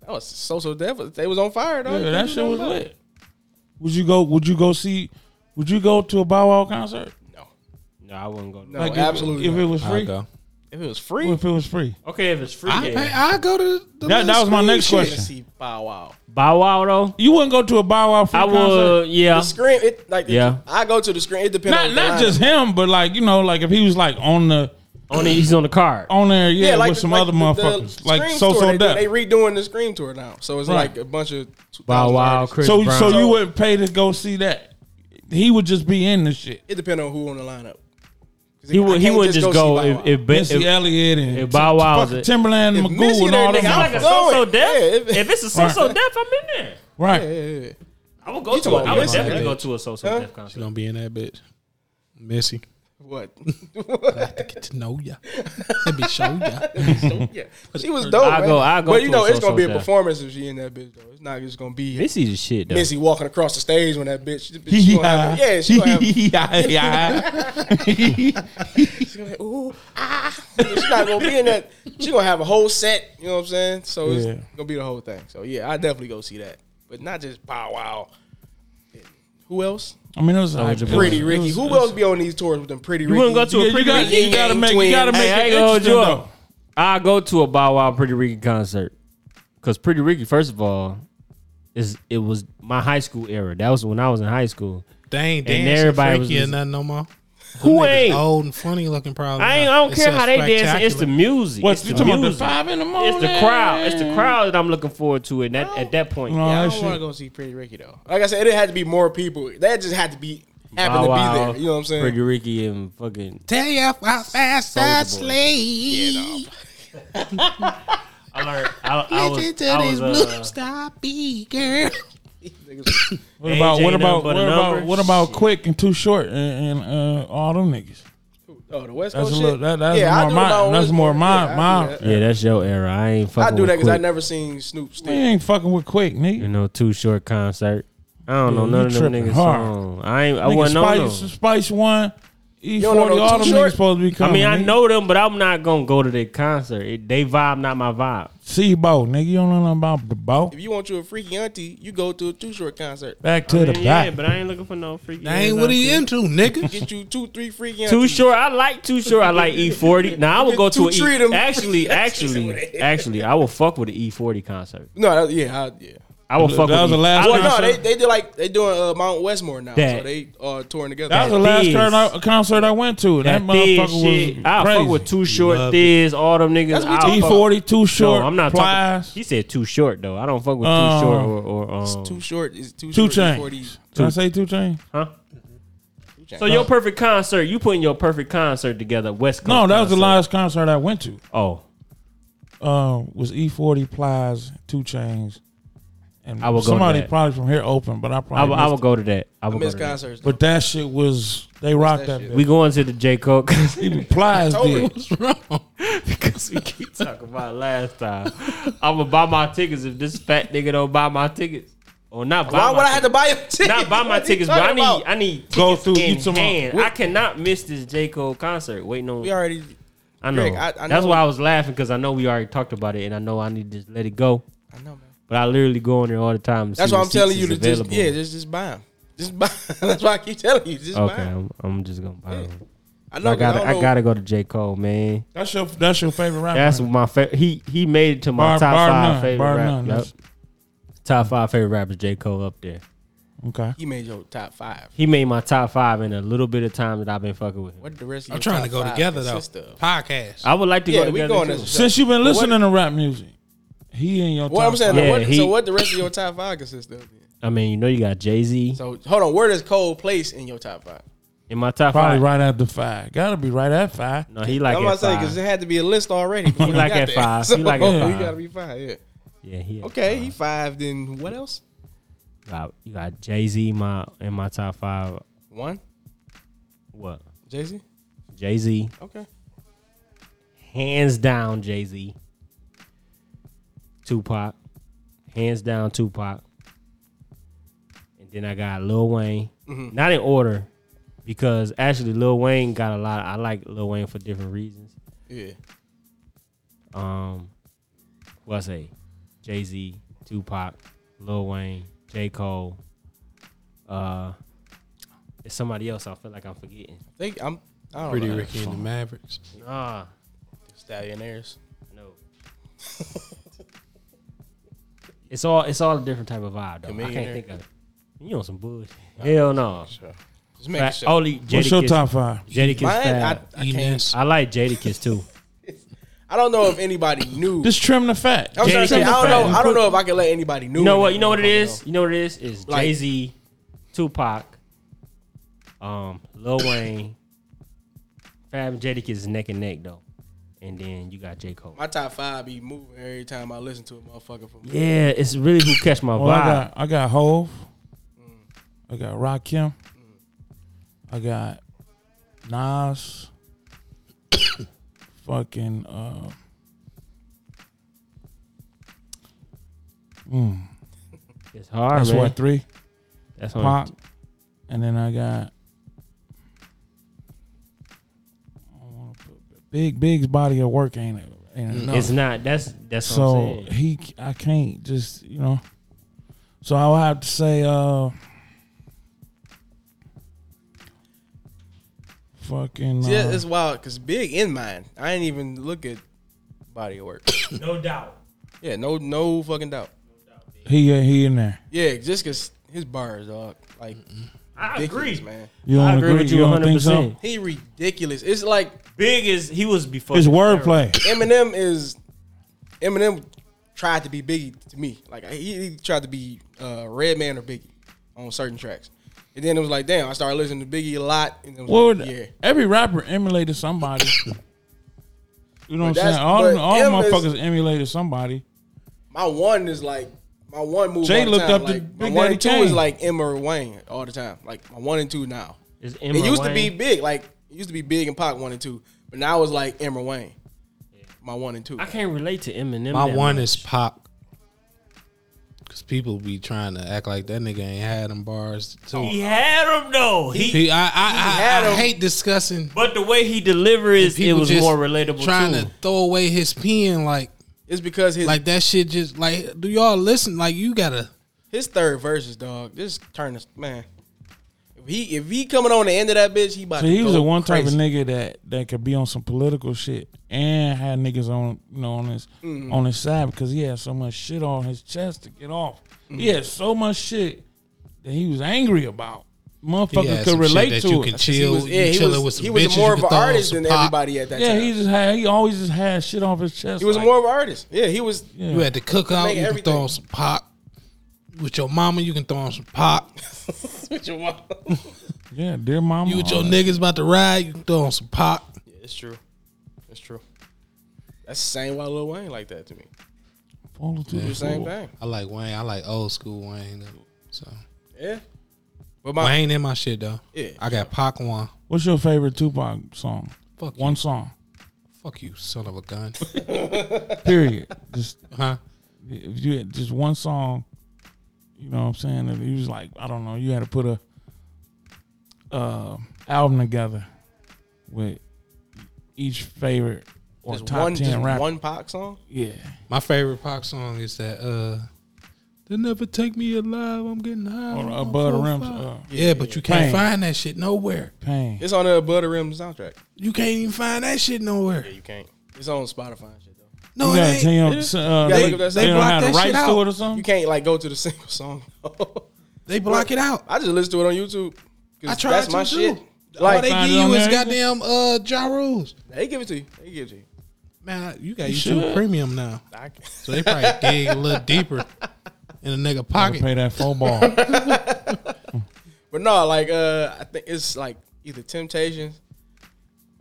A: That was social death. was- They was on fire though.
B: Yeah, that shit was lit. Would you go? Would you go see? Would you go to a Bow Wow concert?
A: No,
C: No, I wouldn't go. To
A: no,
B: Like if-
A: absolutely.
B: If,
A: not.
B: it was
D: I'll
B: free,
D: go.
A: if it was free,
B: if it was free,
C: Okay, if it's free,
D: I,
C: yeah.
D: I, I go to the
B: That- that was my
D: little
B: next
D: screen
A: shit.
B: question.
A: to see Bow Wow.
C: Bow Wow though,
B: you wouldn't go to a Bow Wow free
C: I
B: concert.
C: would. Yeah,
A: The screen, it like
C: Yeah.
A: I go to the screen. It depends.
B: Not
A: on
B: not
A: the lineup.
B: just him, but like you know, like if he was like on the
C: only he's on the card.
B: on there, yeah,
A: like
B: with
A: the-
B: some
A: like
B: other
A: the- the
B: motherfuckers, like
A: Scream
B: so
A: tour,
B: so
A: they,
B: death.
A: They redoing the Scream tour now, so it's
B: Right.
A: like a bunch of 2000
C: Bow Wow,
A: artists.
C: Chris
B: So
C: Brown.
B: so you wouldn't pay to go see that. He would just be in the shit.
A: It depends on who on the lineup. 'Cause
C: he
A: I
C: would he
A: can't
C: would just go,
A: see Bow
C: if
A: Wow.
C: if, if,
B: Missy Elliott and
C: if Bow
B: fucking
C: Wow was it-
B: Timberland,
A: If
B: Magoo,
A: Missy
B: and
A: there,
B: all
A: nigga,
B: them.
A: I'm
C: like a
B: motherfuckers.
A: fuck-
C: so so
A: Going.
C: death.
A: Yeah, if-
C: if it's a so so
B: Right.
C: death, I'm in there.
B: Right.
A: Yeah, yeah, yeah.
C: I would go
A: You
C: to. it.
A: talking
C: I would
A: about
C: definitely
A: Missy?
C: go to a so so
A: Huh?
C: death
D: She
C: concert.
D: gonna be in that bitch. Missy,
A: what? <laughs>
D: get to know ya. Let me show ya.
A: so, <laughs> yeah, she was dope.
C: I'll
A: man.
C: go- I'll go
A: But you
C: to
A: know,
C: a
A: it's gonna be a
C: so-so
A: performance if she in that bitch though. It's not just gonna be
C: Missy's a shit though.
A: Missy walking across the stage when that bitch. she- she gonna
C: <laughs>
A: have- yeah, she gonna have.
B: <laughs> Yeah,
A: <laughs> She's gonna be, ooh, ah. She's not gonna be in that. She's gonna have a whole set. You know what I'm saying? So it's
B: Yeah.
A: gonna be the whole thing. So yeah, I definitely go see that. But not just Bow Wow. Who else?
B: I mean, it was like
C: Soulja Boy.
A: Pretty
B: it was-
A: Ricky.
B: it
A: Who
B: was-
A: else be on these tours with them Pretty Ricky?
C: wouldn't go to a
B: Yeah,
C: Pretty
B: you got
C: Ricky
B: you gotta make you gotta
A: Twins.
B: make
C: Hey, I
B: it
C: ain't gonna hold
B: interesting
C: you up.
B: though.
C: I go to a Bow Wow Pretty Ricky concert because Pretty Ricky, first of all, is it was my high school era. That was when I was in high school.
D: They ain't
C: And
D: dancing
C: everybody
D: freaky
C: was-
D: or nothing no more.
C: Who
D: Niggas
C: ain't?
D: old and funny looking probably.
C: I ain't. I don't care how they dancing. It's the music.
B: What
C: it's
B: you
C: the
B: talking about? The
C: music.
B: five in the morning.
C: It's
D: Oh,
C: the crowd. It's the crowd that I'm looking forward to. And that at that point,
B: No,
A: Yeah, I
B: that
A: don't want to
B: shit.
A: go see Pretty Ricky though. Like I said, it had to be more people. That just had to be happen
C: Bow
A: to
C: Wow,
A: be there. You know what I'm saying?
C: Pretty Ricky and fucking.
D: Tell you how fast I
C: Soulja Boy.
D: sleep.
C: I learned. I, I was.
D: Listen to
C: I
D: this
C: was.
D: blue
C: Uh,
D: star
C: <laughs>
D: beat, girl.
A: <laughs>
B: What about
C: AJ
B: what about what
C: nothing but a
B: about
C: number.
B: what about quick and too short and, and uh, all them niggas?
A: oh, the West
B: That's
A: Coast
B: a little.
A: shit.
B: That, that's
A: yeah, I
B: more
A: do
B: my.
A: my own
B: that's
A: West
B: more
A: Coast.
B: my
A: Yeah, I do
B: my.
A: that.
C: yeah, that's your era. I ain't
A: I
C: fucking.
A: do that
C: with
A: because I
C: Quick.
A: never seen Snoop.
B: We
A: Still.
B: ain't fucking with quick,
C: You
B: nigga.
C: know, too short concert. I don't
B: Yeah,
C: know none
B: you
C: of them
B: tripping
C: niggas.
B: hard.
C: Song. I ain't. I
B: nigga
C: wasn't on
B: Spice,
C: them.
B: Spice one, E
A: don't know
B: forty.
A: no
B: All
A: Too
B: them niggas
A: Short?
B: supposed to be
C: I
B: coming.
C: mean, I
B: nigga.
C: know them, but I'm not gonna go to their concert. It, they vibe, not my vibe.
B: Bo, nigga. You don't know nothing about the bow.
A: If you want you a freaky auntie, you go to a Too Short concert.
B: Back to
C: I
B: the
C: mean, yeah,
B: back.
C: but I ain't looking for no freaky.
D: That ain't what he into, nigga.
A: Get you two, three freaky
C: Too
A: aunties.
C: short. I like too short. I like E40. Now I would go to
A: Too
C: an
A: treat
C: E.
A: 'em.
C: Actually, actually, actually, I will fuck with an E40 concert.
A: No, that, yeah, I, yeah.
C: I will
B: That
C: fuck. with
B: was
C: E-
B: the last
C: I
A: Well,
B: Nah,
A: no,
B: sir.
A: they, they did like they doing uh, Mount Westmore now, so
C: That-
A: they uh, touring together.
B: That was the
C: That
B: last
C: Thiz.
B: turn- concert I went to. That,
C: That
B: motherfucker
C: Thiz
B: was
C: shit.
B: crazy.
C: I fuck with too short,
D: Love
C: Thiz, all them niggas.
A: That's what we
B: E
C: I'll
A: talking
C: fuck-
B: forty too short.
C: No, I'm not
B: plies.
C: talking. He said too short though. I don't fuck with
B: Um,
C: too short or or um,
A: too short. Is too
B: Two
A: short is 40.
B: chains. Did I say two chains?
C: huh.
A: Chainz.
C: So your perfect concert, you putting your perfect concert together, West Coast.
B: No, that was the
C: concert.
B: last concert I went to.
C: Oh,
B: Um, was E forty plies, two chains, and
C: I will go
B: somebody
C: that.
B: probably from here open, but I probably.
C: I will. I
B: missed
C: will
B: it.
C: go to that. I
A: I
C: will go
A: miss
C: to that.
A: concerts.
B: But that shit was they rocked
A: that
B: that.
A: shit?
C: <laughs>
B: bitch.
C: We going to the J Cole concert
B: Even plies
A: Told you.
B: did.
C: <laughs> because <laughs> we keep talking about it last time. I'm gonna buy my tickets if this fat nigga don't buy my tickets. or not buy
A: Why
C: my
A: would I have to
C: tickets.
A: buy your tickets?
C: not buy
A: <laughs>
C: my
A: What are you
C: tickets, but I
A: talking
C: need
A: about?
C: I need
B: Go
C: tickets
B: through
C: in
B: each of 'em.
C: hand. I cannot miss this J Cole concert. Waiting on
A: We already.
C: I know.
A: Greg, I- I
C: That's
A: know-
C: why I was laughing because I know we already talked about it, and I know I need to just let it go.
A: I know, man.
C: But I literally go on there all the time. and
A: That's
C: see
A: why
C: what
A: I'm telling you
C: seats
A: to
C: is
A: just
C: available.
A: yeah, just just buy them. Just buy. <laughs> That's why I keep telling you, just buy
C: okay,
A: 'em.
C: I'm, I'm just gonna buy
A: Yeah.
C: them.
A: I know.
C: I
A: 'cause
C: gotta,
A: don't
C: I
A: know-
C: gotta go to J Cole, man.
B: That's your that's your favorite rapper.
C: That's my favorite. He he made it to
B: Bar-
C: my top
B: bar
C: five
B: none, bar
C: favorite
B: none,
C: rap. Yep.
B: that's-
C: Top five favorite rappers, J Cole up there.
B: okay.
A: He made your top five.
C: He made my top five in a little bit of time that I've been fucking with him.
A: What the rest? Of
D: I'm
A: your
D: trying to
A: top
D: go
A: five
D: together though.
A: consist of?
D: Podcast.
C: I would like to
A: Yeah,
C: go
A: we
C: together.
A: going
C: too.
A: as a
B: Since you've
A: But
B: been
A: what-
B: listening to rap music, he in your
A: What
B: top
A: I'm saying,
B: five.
A: like, what,
C: Yeah, he-
A: so what the rest of your top five consists of? Then?
C: I mean, you know, you got Jay Z
A: So hold on, where does Cole place in your top five?
C: in my top
B: probably
C: five.
B: right after five. Gotta be right at five.
C: No, he like
A: I'm
C: at
A: about to say because
C: five.
A: it had to be a list
C: <laughs>
A: already. before
C: He
A: we
C: like
A: got
C: at
A: there. <laughs>
C: five.
A: So
C: He like at
A: you
C: five.
A: gotta be five. Yeah.
C: Yeah, he at
A: Okay,
C: five.
A: he five. Then what else?
C: You got, you got Jay Z my in my top five.
A: One,
C: What?
A: Jay Z.
C: Jay Z,
A: Okay.
C: hands down Jay Z. Tupac, hands down Tupac. And then I got Lil Wayne, not in order, because actually Lil Wayne got a lot. I like Lil Wayne for different reasons.
A: Yeah.
C: Um, what I say? Jay Z, Tupac, Lil Wayne, J Cole. Uh, it's somebody else. I feel like I'm forgetting.
A: I think I'm. I don't
D: Pretty
A: know.
D: Ricky and the Mavericks.
C: Ah,
A: Stallionaires.
C: no. <laughs> it's all it's all a different type of vibe though. I can't
A: Chameleon.
C: think of it. You on some bullshit? Hell no.
A: Just make
C: Fa-
A: sure.
C: Only
B: What's your
C: Jadakiss.
B: top five?
C: Jadakiss.
A: Mine, I,
C: fab.
A: I can't.
D: Enos.
C: I like Jadakiss
A: <laughs>
C: too.
A: I don't know if anybody knew.
B: Just trim the fat.
A: I'm sorry,
C: Jay-Z
A: I don't
C: fat.
A: know. I don't know if I can let anybody knew.
C: You know what?
A: it.
C: You know what it is. You know what it is. It's
A: Like-
C: Jay Z, Tupac, um, Lil Wayne, Fab and Jadakiss is neck and neck though, and then you got J Cole.
A: My top five be moving every time I listen to a motherfucker from.
C: Yeah, it's really who catch my
B: Well, Oh, I
C: vibe.
B: got I got Hove. I got Rakim. I got Nas. fucking uh
C: It's hard,
B: that's
C: man.
B: what three.
C: That's on-
B: Pop. And then I got I don't wanna put- Big Big's body of work ain't it? Ain't enough.
C: It's not. That's that's what I'm
B: so
C: saying.
B: he I can't just you know. So I'll have to say uh fucking uh,
A: Yeah, it's wild because big in mine. I ain't even look at body of work. <coughs>
C: No doubt.
A: yeah, no, no fucking doubt.
B: he uh, he in there.
A: Yeah, just cause his bars, dog, like
C: I
A: ridiculous, man.
B: You
C: I
B: don't
C: agree
B: agree
C: with you
B: don't think
C: 100%.
B: so?
A: He ridiculous. It's like
C: Big is he was before.
B: It's wordplay.
A: Eminem is Eminem tried to be Biggie to me. Like he, he tried to be uh, Redman or Biggie on certain tracks, and then it was like, damn, I started listening to Biggie a lot. And it was
B: Well,
A: like, yeah.
B: every rapper emulated somebody. You know
A: But
B: what I'm
A: that's-
B: saying? All
A: but
B: them, all
A: M is-
B: motherfuckers emulated somebody.
A: My one is like my one move.
B: Jay
A: all the
B: looked
A: time.
B: up to
A: like, my
B: Big
A: one
B: Daddy
A: and two
B: Kane.
A: is like Emma or Wayne all the time. Like my one and two now.
C: It's
A: it used to be big, like it used to be big and Pac one and two, but now it's like Emma Wayne. My one and two.
C: I can't relate to Eminem.
D: My
C: that
D: one
C: much.
D: is Pop. Cause people be trying to act like that nigga ain't had them bars. Too.
C: He had him though. Oh, He,
D: He- I, I,
A: had
D: I, I,
A: 'em.
D: hate discussing.
C: but the way he delivers it
D: people
C: was
D: just
C: more relatable.
D: Trying
C: too.
D: to throw away his pen, like
A: It's because his
D: like that shit. Just like do y'all listen? Like you gotta.
A: his third verses, dog. This turn is man. If he if he coming on the end of that bitch, he about
B: So
A: to
B: he was
A: go
B: the one type of
A: crazy.
B: nigga that that could be on some political shit and had niggas on you know on his
D: Mm.
B: on his side because he had so much shit on his chest to get off. He
D: Mm.
B: had so much shit that he was angry about.
D: he
B: Motherfuckers
D: had
B: could
D: some shit
B: relate
D: that
B: to
D: you
B: it.
D: can chill.
A: He was, yeah,
D: you
A: he
D: chilling
A: was,
D: with some
A: he was
D: bitches,
A: more
D: you
A: of
D: can
A: an
D: throw on
A: artist
D: some
A: than
D: pop.
A: everybody at that
B: Yeah,
A: time.
B: he just had he always just had shit off his chest.
A: he was
B: like,
A: more of an artist. Yeah, he was.
B: yeah.
D: You had to cook out.
A: Make
D: You can
A: everything.
D: throw on some pop. With your mama, you can throw on some pop.
A: What you want?
B: yeah, dear mama.
D: You with
B: all
D: your
B: that.
D: niggas about to ride, you can throw on some pop.
A: Yeah, it's true. It's true. That's the same why Lil Wayne like that to me.
B: Follow to
A: The
B: the
A: same
B: floor.
A: thing.
D: I like Wayne. I like old school Wayne. though. So
A: Yeah. But my
D: Wayne in my shit though.
A: Yeah.
D: I got Pac one.
B: What's your favorite Tupac song?
D: Fuck
B: One song.
D: Fuck you, son of a gun. <laughs>
B: Period. <laughs> just
D: huh?
B: if you had just one song. You know what I'm saying? If he was like, I don't know, you had to put a uh, album together with each favorite or
A: Just
B: top
A: one,
B: ten
A: just
B: rapper.
A: one Pac song.
B: Yeah.
D: My favorite Pac song is that uh They'll never take me alive, I'm getting high.
B: Or
D: I'm
B: above the
D: four,
B: rims,
D: five."
B: uh,
D: yeah, but you can't
B: Pain.
D: find that shit nowhere.
B: pain.
A: It's on the Above the Rim soundtrack.
D: You can't even find that shit nowhere.
A: Yeah, you can't. It's on Spotify and shit though.
D: No,
B: you
D: it
B: gotta
D: ain't.
B: tell him,
A: it is.
B: uh,
A: You gotta
B: they,
A: look up that
B: they
A: shit.
B: don't
D: Block
B: have the
D: that shit
B: rights to
D: out.
B: it or something.
A: You can't like go to the <laughs> single song.
D: They block it out.
A: I just listen to it on YouTube. 'cause
D: I tried
A: that's
D: to
A: my
D: too.
A: shit.
D: All
A: Like
D: they
B: Find
D: give
B: it on
D: you is
B: there, is
D: goddamn uh Ja Rules.
A: They give it to you. They give it to you.
D: Man, you got YouTube
B: should.
D: premium now.
A: I can-
D: So they probably dig a little deeper in the nigga
B: Gotta
D: pocket.
B: pay that full ball.
A: <laughs> <laughs> But no, like uh, I think it's like either Temptations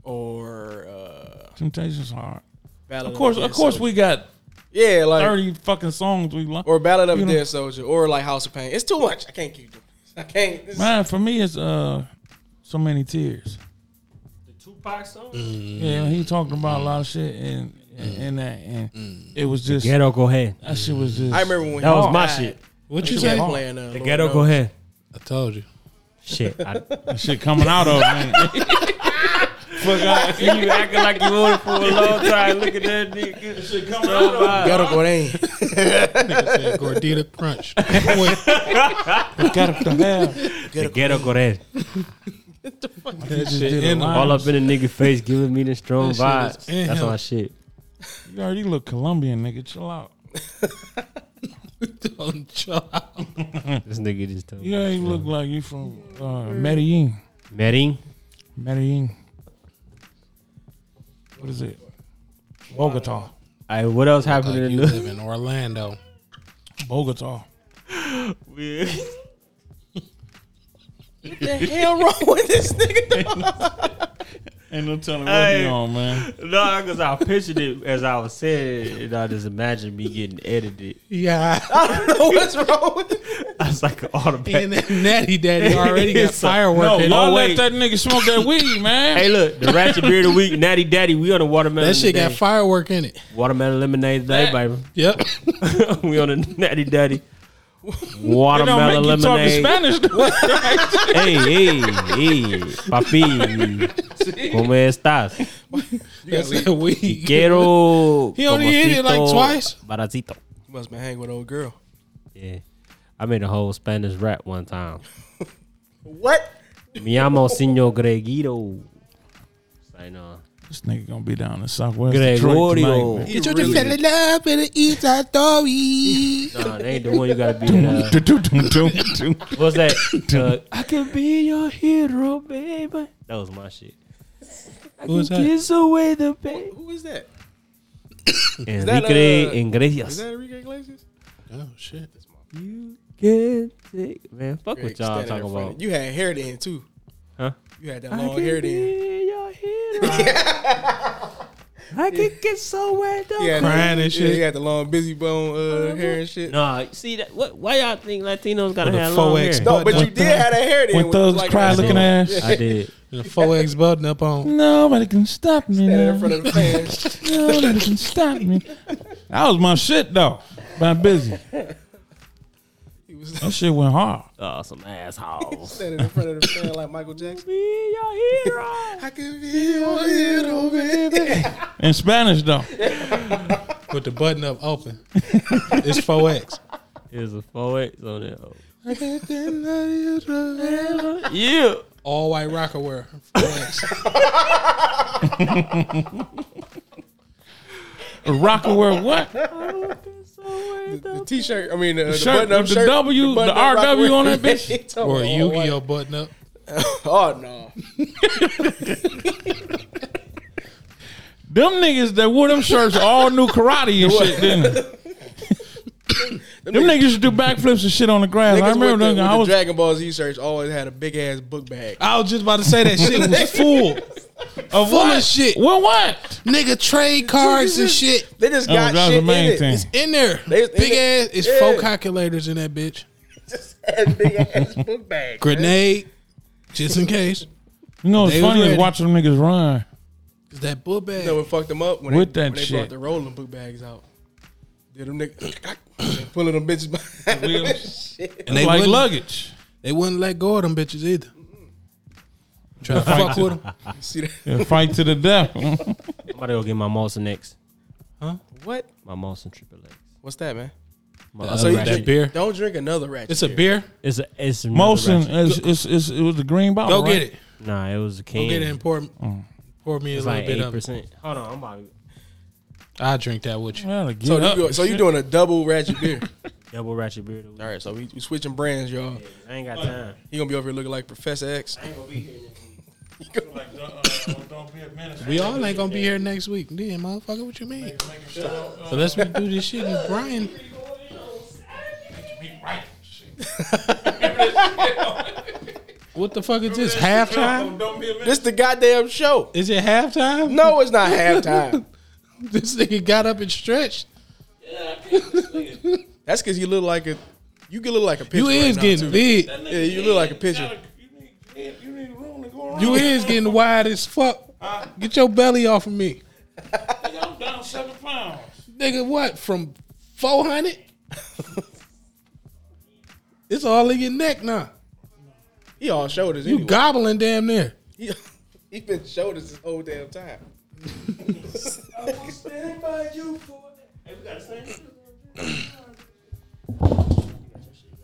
A: or uh,
B: Temptations hard.
A: Ballad.
B: Of course,
A: the
B: of
A: Dead
B: course,
A: Soldier.
B: we got
A: yeah, like
B: thirty fucking songs we love.
A: or Ballad of a
B: you know.
A: Dead Soldier or like House of Pain. It's too much. I can't keep doing this. I can't. This is-
B: Man, for me, it's uh, so many tears.
C: The Tupac song?
B: Yeah, he talking about a lot of shit, and and, and that, and it was just
C: Ghetto Go Ahead.
B: that shit was just.
A: I
B: <laughs>
A: remember when
C: That
A: he
C: was my
A: died.
C: shit.
D: What
A: He
D: you
A: was
D: say? I
A: playing uh,
C: The
A: Lord
C: Ghetto Go
A: knows.
C: Ahead.
D: told you.
C: Shit. <laughs> I,
B: that shit coming out of it.
C: <laughs> fuck, I see you acting like you wanted for a long time. Look at that nigga. Shit coming out of
A: Ghetto Go Ahead.
D: <laughs> Nigga said Gordita
A: <laughs>
D: Crunch. Boy,
B: Got to have.
C: The Ghetto Go Ahead.
B: That just
D: shit
B: did a
D: in
B: lot.
C: All up in the nigga face, giving me the strong
D: That shit
C: vibes.
D: is in
C: That's
D: him.
C: my shit.
B: You already look Colombian, nigga. Chill out.
D: don't chill.
C: This nigga just told
B: You already look like you from uh,
C: Mm.
B: Medellin.
C: Medellin.
B: Medellin. What is it? Bogota.
C: All right, what else happened
D: Like
C: in
D: you
C: the news?
D: live in Orlando.
B: Bogota.
A: What the hell wrong with this nigga? dog?
B: Ain't no telling what
C: Hey.
B: he on, man.
C: <laughs> No, because I pictured it as I was saying it, and I just imagined me getting edited. <laughs>
D: Yeah. <laughs>
A: I don't know what's wrong with it.
C: I was like an automatic.
D: And that Natty Daddy already got
C: <laughs> It's a-
B: No,
D: firework in
B: y'all
D: it.
B: let
C: wait.
B: that nigga smoke that weed,
C: <laughs>
B: man.
C: Hey, look, the Ratchet Beer of the Week, Natty Daddy, we on the Watermelon.
D: That shit
C: today.
D: got firework in it.
C: Watermelon Lemonade today, baby. <laughs>
A: <laughs>
D: Yep.
C: we on the Natty
D: <laughs>
C: Daddy.
B: It
C: Watermelon
B: don't make you talking Spanish.
C: Lemonade.
B: <laughs> though.
C: hey, hey, hey, papi. ¿Cómo estás?
D: That's that weed.
C: Quiero.
D: He only hit it like
C: tomocito
D: twice.
C: Baratito.
A: You must been hanging with old girl.
C: Yeah. I made a whole Spanish rap one time.
A: What?
C: Me llamo Senor Gregito. Sign on.
B: This nigga gonna be down in Southwest Detroit
C: Gregorio.
B: tonight, man.
A: Get you really,
D: fell in love with an East Side story.
C: Nah, they ain't the one you gotta
B: <laughs>
C: be. Uh, what's that? Uh, I can be your hero, baby. That was my shit. I
D: Who was
C: can
D: that?
C: Kiss away the pain.
A: who is that? that,
C: Enrique
A: uh, Is
C: Iglesias.
A: that Enrique Iglesias?
D: Oh, shit.
C: You can take man. Fuck
A: Rick,
C: what y'all
A: standing in
C: talking
A: front of-
C: about.
A: You had hair then too.
C: Huh?
A: You had that
C: I
A: long
C: can
A: hair then.
C: be your
D: <laughs>
C: hero. I can get somewhere though.
A: Yeah,
D: Crying and
A: Yeah,
D: shit.
A: he had the long busy bone uh, hair and shit. No,
C: Nah, see that? What? Why y'all think Latinos gotta
D: With a
C: have long hair?
D: 4X
A: but you
B: When
A: did
B: thug-
A: have that hair then.
B: when
A: it was
B: thugs
A: like
B: cry,
A: that.
B: looking ass.
C: I did.
D: And a 4X button up on.
B: Nobody can stop me.
A: Standing
B: Now.
A: in front of <laughs> the fans.
B: Nobody can stop me. That was my shit though. By busy.
A: he was
B: That shit went hard.
C: Oh, some assholes. <laughs>
D: <laughs>
A: standing in front of the fan like Michael Jackson.
C: be your hero.
A: I can be
D: oh,
A: your hero, baby.
B: In Spanish though.
D: With the button up open. It's 4X.
C: There's a four X on there.
D: All
C: <laughs> Yeah.
D: white rocker wear. 4X.
B: Rocker wear what?
A: The T-shirt, I mean, uh, the,
B: shirt,
A: button-up
B: with the
A: shirt,
B: W, the
A: button-up rock
B: RW on
A: with- <laughs>
B: that bitch?
A: It's all
D: Or a Yu Gi
A: white.
D: Oh button up.
A: <laughs> Oh no,
B: Them niggas that wore them shirts all knew karate
A: <laughs>
B: and shit, didn't they? Them niggas used to do backflips and shit on the grass. I
A: niggas with
B: remember
A: the,
B: them.
A: with
B: I
A: the
B: was
A: Dragon Ball Z shirts always had a big ass book <laughs> bag.
D: I was just about to say that shit was full.
B: of
D: full of
B: what?
D: shit.
B: Well, what?
D: Nigga, trade cards and shit
A: They just
B: Oh,
A: got
B: that
A: shit
B: was the
A: in
B: main
A: it. <laughs>
B: thing.
A: It's
D: in there.
A: They-
D: Big
A: they-
D: ass. It's four
A: yeah.
D: calculators in that bitch.
A: just had big ass book bag.
D: Grenade, just in case.
B: You know what's
D: They was
B: funny is
D: ready.
B: watching them niggas run.
D: Is that book bag?
A: You know what fucked them up when
B: With
A: they,
B: that
A: when they
B: shit.
A: brought the rolling book bags out. Did them niggas <clears throat> pulling them bitches behind them and shit. <laughs>
D: And they
B: like
D: wouldn't,
B: luggage.
D: they wouldn't let go of them bitches either. Trying to fuck with them.
A: See that?
B: Yeah, fight to the death.
C: I'm about to go get my Molson next.
A: What?
C: My Molson Triple X.
A: What's that, man?
C: My
D: That
C: other
D: So you
C: ratchet.
D: drink- beer?
A: Don't drink another ratchet.
D: It's a beer.
C: It's a, it's another
B: Motion.
D: uh,
C: ratchet.
B: It's, it's, it's, it was the green bottle.
D: Go get
B: right?
D: it.
C: Nah, it was a can.
D: Go get it and pour, pour me
C: Mm.
D: a
C: It's
D: little
C: like
D: bit
C: eight
D: of it.
C: percent. Hold on, I'm about to
D: I'll drink that with you.
B: Well, to get
A: so you
B: up
A: go,
B: and
A: so you
B: shit.
A: doing a double ratchet beer?
C: double ratchet beer.
A: <laughs> All right, so we, we switching brands, y'all.
C: I ain't got time.
A: He gonna be over here looking like Professor X.
C: I ain't gonna be here. next week.
B: Like, uh, uh, don't be a menace.
D: We all ain't gonna be here next week. Then, motherfucker, what you mean? So let's do this shit. And Brian, what the fuck is this? Halftime?
A: This the goddamn show.
D: Is it halftime?
A: No, it's not halftime.
D: This nigga got up and stretched.
A: That's because you look like a you get look like a picture.
D: You
A: right
D: is
A: now,
D: getting
A: too.
D: big.
A: Yeah, you look like a picture.
D: You is getting wide as fuck. Get your belly off of me.
B: I'm down seven pounds.
D: Nigga, what? From 400? <laughs> it's all in your neck now.
A: He on shoulders.
D: You
A: Anyway.
D: gobbling damn near. <laughs>
A: he, <laughs> he been shoulders this whole damn time.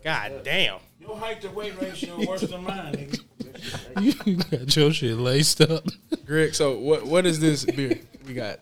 A: God damn.
B: Your height to weight ratio worse than mine, nigga.
D: You got your shit laced up.
A: Greg, so what what is this beer we got?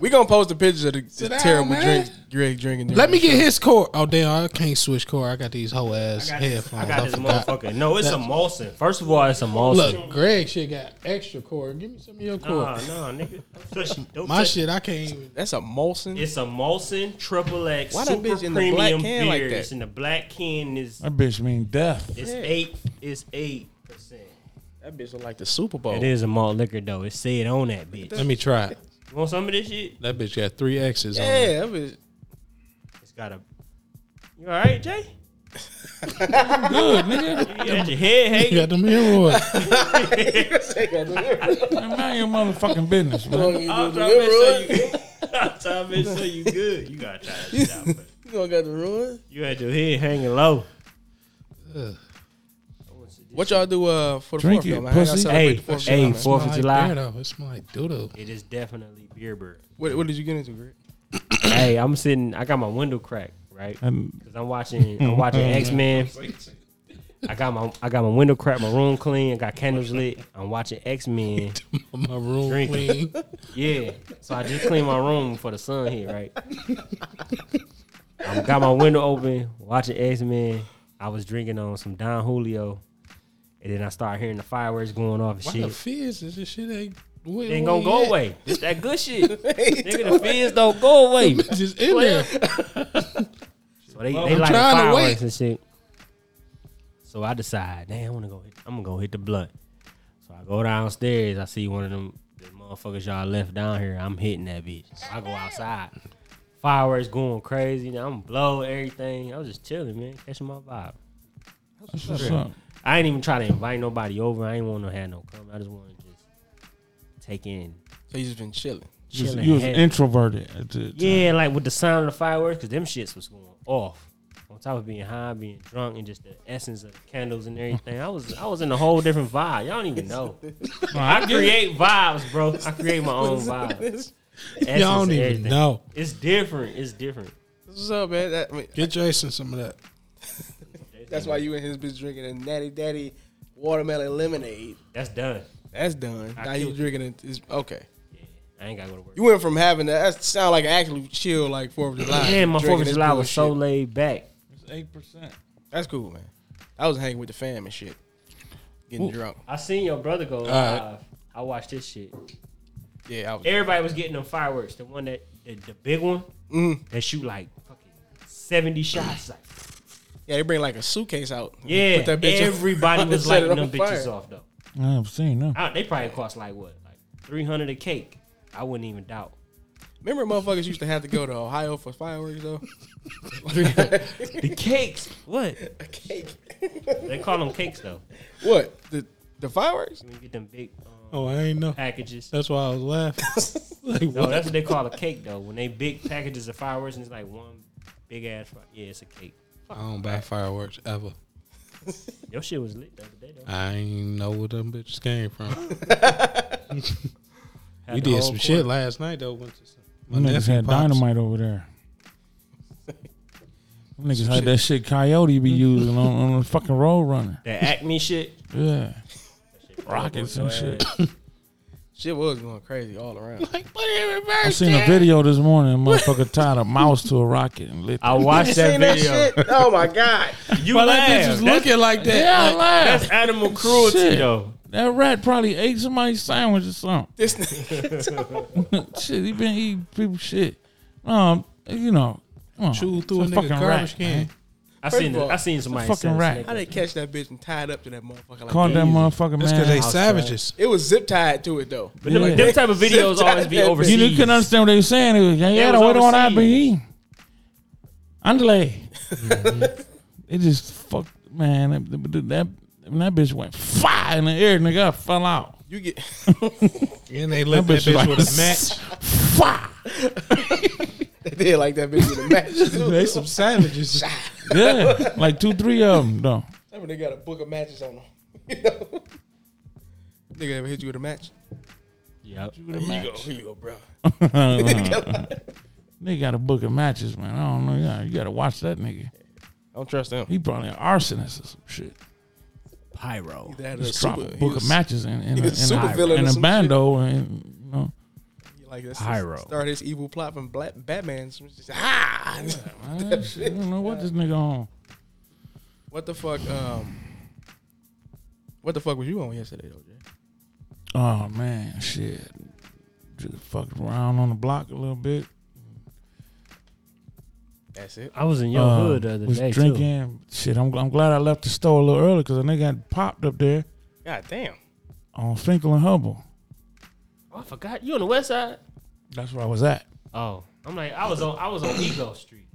A: We gonna post the pictures of the, the
D: down,
A: terrible
D: man.
A: drinks Greg drinking. during
D: Let me
A: the
D: get
A: show.
D: his core. Oh damn, I can't switch core. I got these whole ass
C: I got this-
D: headphones.
C: I got this
D: forgot.
C: motherfucker. No, it's a Molson. First of all, it's a Molson.
D: Look, Greg shit got extra core. Give me some of your core.
C: Nah, nah, nigga. Don't touch, don't
D: My
C: touch.
D: shit, I can't even.
A: That's a Molson.
C: It's a Molson Triple X
A: Why that
C: Super
A: bitch in the
C: Premium
A: black can
C: beer.
A: like that? Oh,
C: It's in the black can. Is
B: That bitch mean death.
C: it's eight? It's eight percent.
A: that bitch look like the Super Bowl.
C: It is a malt liquor though. It said on that bitch.
D: Let me try it.
C: You want some of this shit?
D: That bitch got three X's on it.
A: Yeah, that bitch.
C: It's got a. You all right, Jay?
B: Good, nigga.
C: You <laughs> got your head
D: You
C: hey?
D: got them hemorrhoids.
B: Man, mind your motherfucking business, man.
C: <laughs> I'm trying to make sure you. I'm trying to make sure you good. You gotta try this out. but
A: <laughs> You gonna get the ruin?
C: You had your head hanging low.
A: What y'all do uh, for the
B: Drink
A: fourth?
B: it,
A: man? How y'all
B: pussy.
A: celebrate
C: Hey,
A: the Fourth of July, man?
C: hey, four- Fourth of July.
D: There, though. It's uh, my doodle.
C: It is definitely beer bird.
A: What, what did you get into, Greg?
C: hey, I'm sitting. I got my window cracked, right?
B: And
C: Cause I'm watching. I'm watching X Men. I got my I got my window cracked, my room clean, I got candles lit. I'm watching X Men.
D: <laughs> My room
C: Drink <laughs>
D: clean.
C: Yeah, so I just cleaned my room for the sun here, right? I got my window open, watching X Men. I was drinking on some Don Julio, and then I started hearing the fireworks going off and
D: Why the
C: shit.
D: fizz? Is This shit ain't.
C: It ain't gonna go away. It's that good
D: <laughs>
C: shit. Nigga, the fizz don't go away.
D: It's just in there.
C: So they, they like
D: trying to
C: fireworks
D: wait.
C: and shit. So I decide, damn, I'm gonna go. Hit, I'm gonna go hit the blunt. So I go downstairs. I see one of them, them motherfuckers y'all left down here. I'm hitting that bitch. I go outside. Fireworks going crazy. Now I'm blow everything. I was just chilling, man, catching my vibe.
B: that's what's up.
C: I ain't even try to invite nobody over. I ain't want to have no come. I just want to just take in,
A: So you just been chilling.
B: You was-
C: chilling.
B: you was introverted. At the time.
C: Yeah, like with the sound of the fireworks, because them shits was going off. On top of being high, being drunk, and just the essence of the candles and everything, I was I was in a whole different vibe. Y'all don't even know. I create vibes, bro. I create my own vibe. The essence
D: Y'all
C: of
D: don't even
C: everything.
D: know.
C: It's different. It's different.
A: What's up, man? That, I mean,
D: Get Jason some of that.
A: that's why you and his bitch drinking a natty daddy watermelon lemonade.
C: That's done.
A: That's done.
C: I
A: now you
C: killed
A: drinking it. It's, okay.
C: I ain't gotta go to work.
A: You went from having that. That sound like an actually chill like Fourth of July.
C: Man, my Fourth
A: Drinking
C: of
A: this
C: July was
A: bullshit.
C: so laid back.
B: It's eight percent.
A: That's cool, man. I was hanging with the fam and shit, getting drunk.
C: I seen your brother go live.
D: right.
C: I watched this shit.
A: Yeah, I was.
C: Everybody was getting them fireworks. The one that the, the big one
A: Mm.
C: that shoot like fucking seventy shots. Like
A: Yeah, they bring like a suitcase out.
C: Yeah,
A: Put that bitch in- <laughs>
C: everybody was
A: set it
C: lighting
A: on
C: them
A: fire.
C: bitches off though.
B: I've seen them.
C: I, they probably cost like what, like three hundred a cake. I wouldn't even doubt.
A: Remember, motherfuckers used to have to go to Ohio for fireworks
C: <laughs>
A: though. <laughs>
C: The cakes, what?
A: a cake. <laughs>
C: They call them cakes though.
A: What the the fireworks?
C: You get them big. Um,
D: Oh, I ain't know.
C: packages.
D: That's why I
C: <laughs>
D: was laughing. like,
C: No,
D: what?
C: that's what they call a cake though. When they big packages of fireworks and it's like one big ass, fi- yeah, it's a cake.
D: I don't buy fireworks ever.
C: Your shit was lit the other day though.
D: I ain't know where them bitches came from.
C: Had the
D: we did
C: whole
D: some shit
C: court.
D: last night though. Went to some,
B: Them niggas
D: nephew
B: had
D: pops.
B: dynamite over there. Them niggas had that shit Coyote be using on, on the fucking road runner.
C: That acne shit.
B: Yeah.
C: That shit
B: Rockets
C: broke
B: and
C: your
B: shit.
C: ass.
A: Shit was going crazy all around.
D: Like, put it in
B: I
D: reverse.
B: seen a video this morning. A motherfucker tied a mouse to a rocket and lit.
C: I
B: it.
A: You
C: watched that
A: seen that
C: video.
A: shit? Oh my god!
C: You
D: Why that bitch
C: laughed.
D: was
C: That's,
D: looking like that?
B: yeah, I laughed.
C: that's animal cruelty
B: Shit.
C: though.
B: That rat probably ate somebody's sandwich or something.
A: <laughs> This nigga.
B: <laughs> shit, he been eating people shit. Um, you know, come on.
D: Chew
B: It's
D: through a nigga
B: fucking
D: garbage
B: rat,
D: can.
B: man.
C: I
A: First
C: seen
A: of all,
C: the, I seen somebody
B: fucking
C: send
B: rat.
A: How they catch that bitch and tie it up to that motherfucker like
B: Called
A: that?
B: that motherfucker
D: That's because they
B: man.
C: Outside.
D: savages.
A: It was zip tied to it though.
C: But them,
B: Yeah.
C: them type of videos always
B: <laughs>
C: be
A: You
C: overseas.
B: You, you couldn't understand what they were saying. It was, yeah, yeah,
C: It
B: the
C: was
B: way on I
C: overseas.
B: be. Andale.
D: <laughs>
B: It just fucked, man. That, that, that, that bitch went fire in the air, nigga. I fell out.
A: You get <laughs>
D: And they lit that
B: bitch
D: bitch
B: like-
D: with
B: <laughs>
D: a match.
B: Fire.
A: they did like that bitch with a <laughs> match. too.
D: they some
A: <laughs>
D: savages.
B: Yeah, like two, three of them, though.
A: That when they got a book of matches on them. <laughs> You know? Nigga ever hit you with a match?
C: Yep.
A: Here you go, here you go, bro.
B: <laughs> Nigga got a book of matches, man. I don't know. Yeah, you got to watch that nigga.
A: don't trust them.
B: He probably an arsonist or some shit.
C: Pyro.
A: That
B: Just
A: is
B: drop
A: super-
B: a
A: he
B: book of
A: was-
B: matches in, in,
A: he
B: a,
A: was
B: in,
A: super
B: a,
A: villain
B: in
A: or
B: a
A: some
B: bando and you know,
A: Like that's
C: Pyro.
A: Start his evil plot from Black Batman's. Just, ah! <laughs>
B: man, shit, I don't know what this nigga on.
A: what the fuck? Um, what the fuck was you on yesterday, though, Jay?
B: Oh man, shit. Just fucked around on the block a little bit.
A: That's it.
C: I was in your
B: Uh,
C: hood the other
B: was
C: day too.
B: drinking. Shit, I'm, I'm glad I left the store a little early because a nigga got popped up there
A: God damn.
B: on Finkel and Hubble.
C: Oh, I forgot you on the west side.
B: That's where I was at.
C: Oh, I'm like I was on I was on Ego Street.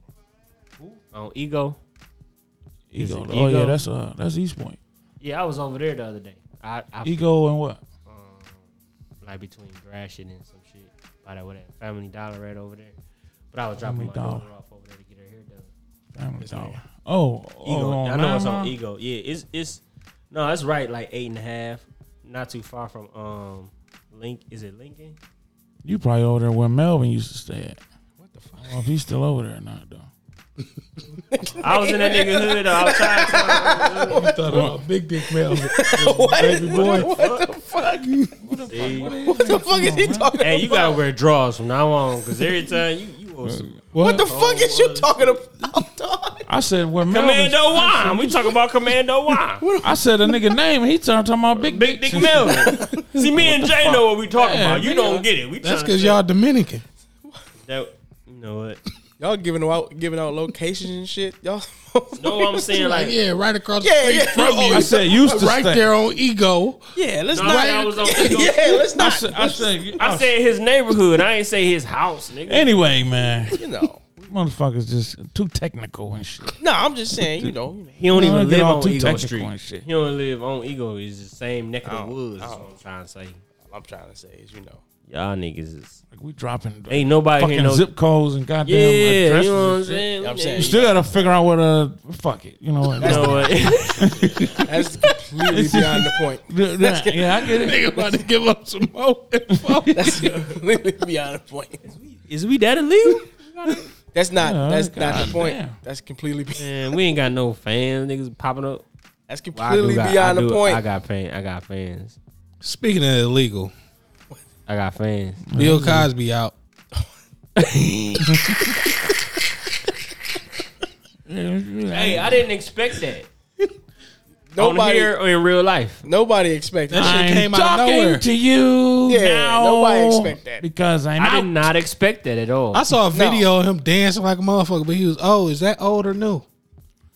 C: On Ego. Is
B: Ego.
C: it
B: Oh yeah,
C: Ego?
B: that's uh that's East Point.
C: Yeah, I was over there the other day. I, I
B: Ego and what?
C: um, like between Gratiot and some shit. By that, that Family Dollar right over there. But I was dropping
B: Family
C: my daughter
B: Dollar.
C: off over there to get her hair done.
B: Family Dollar. Oh,
C: Ego,
B: oh on
C: I know it's
B: Nine
C: on
B: Mile?
C: Ego. Yeah, it's it's no, it's right like eight and a half, not too far from um Link. Is it Lincoln?
B: You probably over there where Melvin used to stay at.
A: What the fuck?
B: I don't know if he's still over there or not though.
C: I was in that nigga hood. I was trying to
D: I thought about Big Dick Melvin.
A: Baby
D: boy.
A: What the fuck?
C: See?
A: What the fuck is he talking
C: Hey, you
A: about?
C: gotta wear drawers from now on, cause every time you you want some
A: What the fuck is you talking about, dog?
B: I said where Melvin.
C: <laughs> Commando Wine. We talking about Commando Wine.
B: I said a nigga name. He turned talking about big
C: Big Dick Melvin. See, me and Jay know what we talking about. You don't get it. We
D: That's
C: tryna
D: because
C: say-
D: y'all Dominican.
C: That, you know what?
A: Y'all giving out giving out locations and shit. Y'all
C: <laughs>
A: <laughs>
C: No, what I'm saying like,
D: Like, yeah, right across
A: Yeah,
D: the street
A: yeah.
D: from
A: Oh,
D: you.
B: I said used to
D: right
B: stay.
D: there on Ego.
A: Yeah, let's
C: no,
A: not
C: I was on. Ego.
A: Yeah, let's
B: I
A: not
B: said, I said,
C: I said his neighborhood. I ain't say his house, nigga.
B: Anyway, man,
A: you know.
B: motherfuckers just too technical and shit.
A: No, I'm just saying, you know,
C: He don't
B: Y'all
C: even
B: get
C: live
B: all
C: on
B: too
C: Ego
B: technical
C: Street.
B: and shit.
C: He don't live on Ego. It's the same neck of the woods. That's what I'm trying to say.
A: all I'm trying to say is, you know.
C: Y'all niggas is
B: Like we dropping
C: ain't nobody
B: fucking
C: here no.
B: zip codes and goddamn
C: yeah,
B: addresses.
C: you know what I'm
B: and shit.
C: saying.
A: I'm
C: We
A: saying-
B: You
C: ain't-
B: still gotta figure out what to fuck it. You know what?
C: You know <laughs> what?
A: That's completely beyond <laughs> the point.
C: <laughs>
B: yeah, yeah, I get it.
D: Nigga about to give up some more info.
A: That's completely beyond the point.
C: Is we that illegal?
A: That's not
B: Yeah,
A: that's not
B: Oh, God
A: the point.
B: damn.
A: That's completely be-
C: Man, we ain't got no fans. Niggas popping up.
A: that's
C: Well, I do
A: completely
C: got- I
A: beyond the
C: do-
A: point.
C: I got fans. I got fans.
D: Speaking of illegal,
C: I got fans.
D: Bill Cosby out.
C: Hey, I didn't expect that.
A: nobody
C: on here or in real life.
A: nobody expected
D: That
A: that.
D: shit
B: I'm
D: came out of
B: talking
D: nowhere.
B: to you
A: Yeah,
B: now
A: nobody expect that.
B: because I'm
C: I
B: out.
C: did not expect that at all.
D: I saw a video of him dancing like a motherfucker, but he was old. Is that old or new?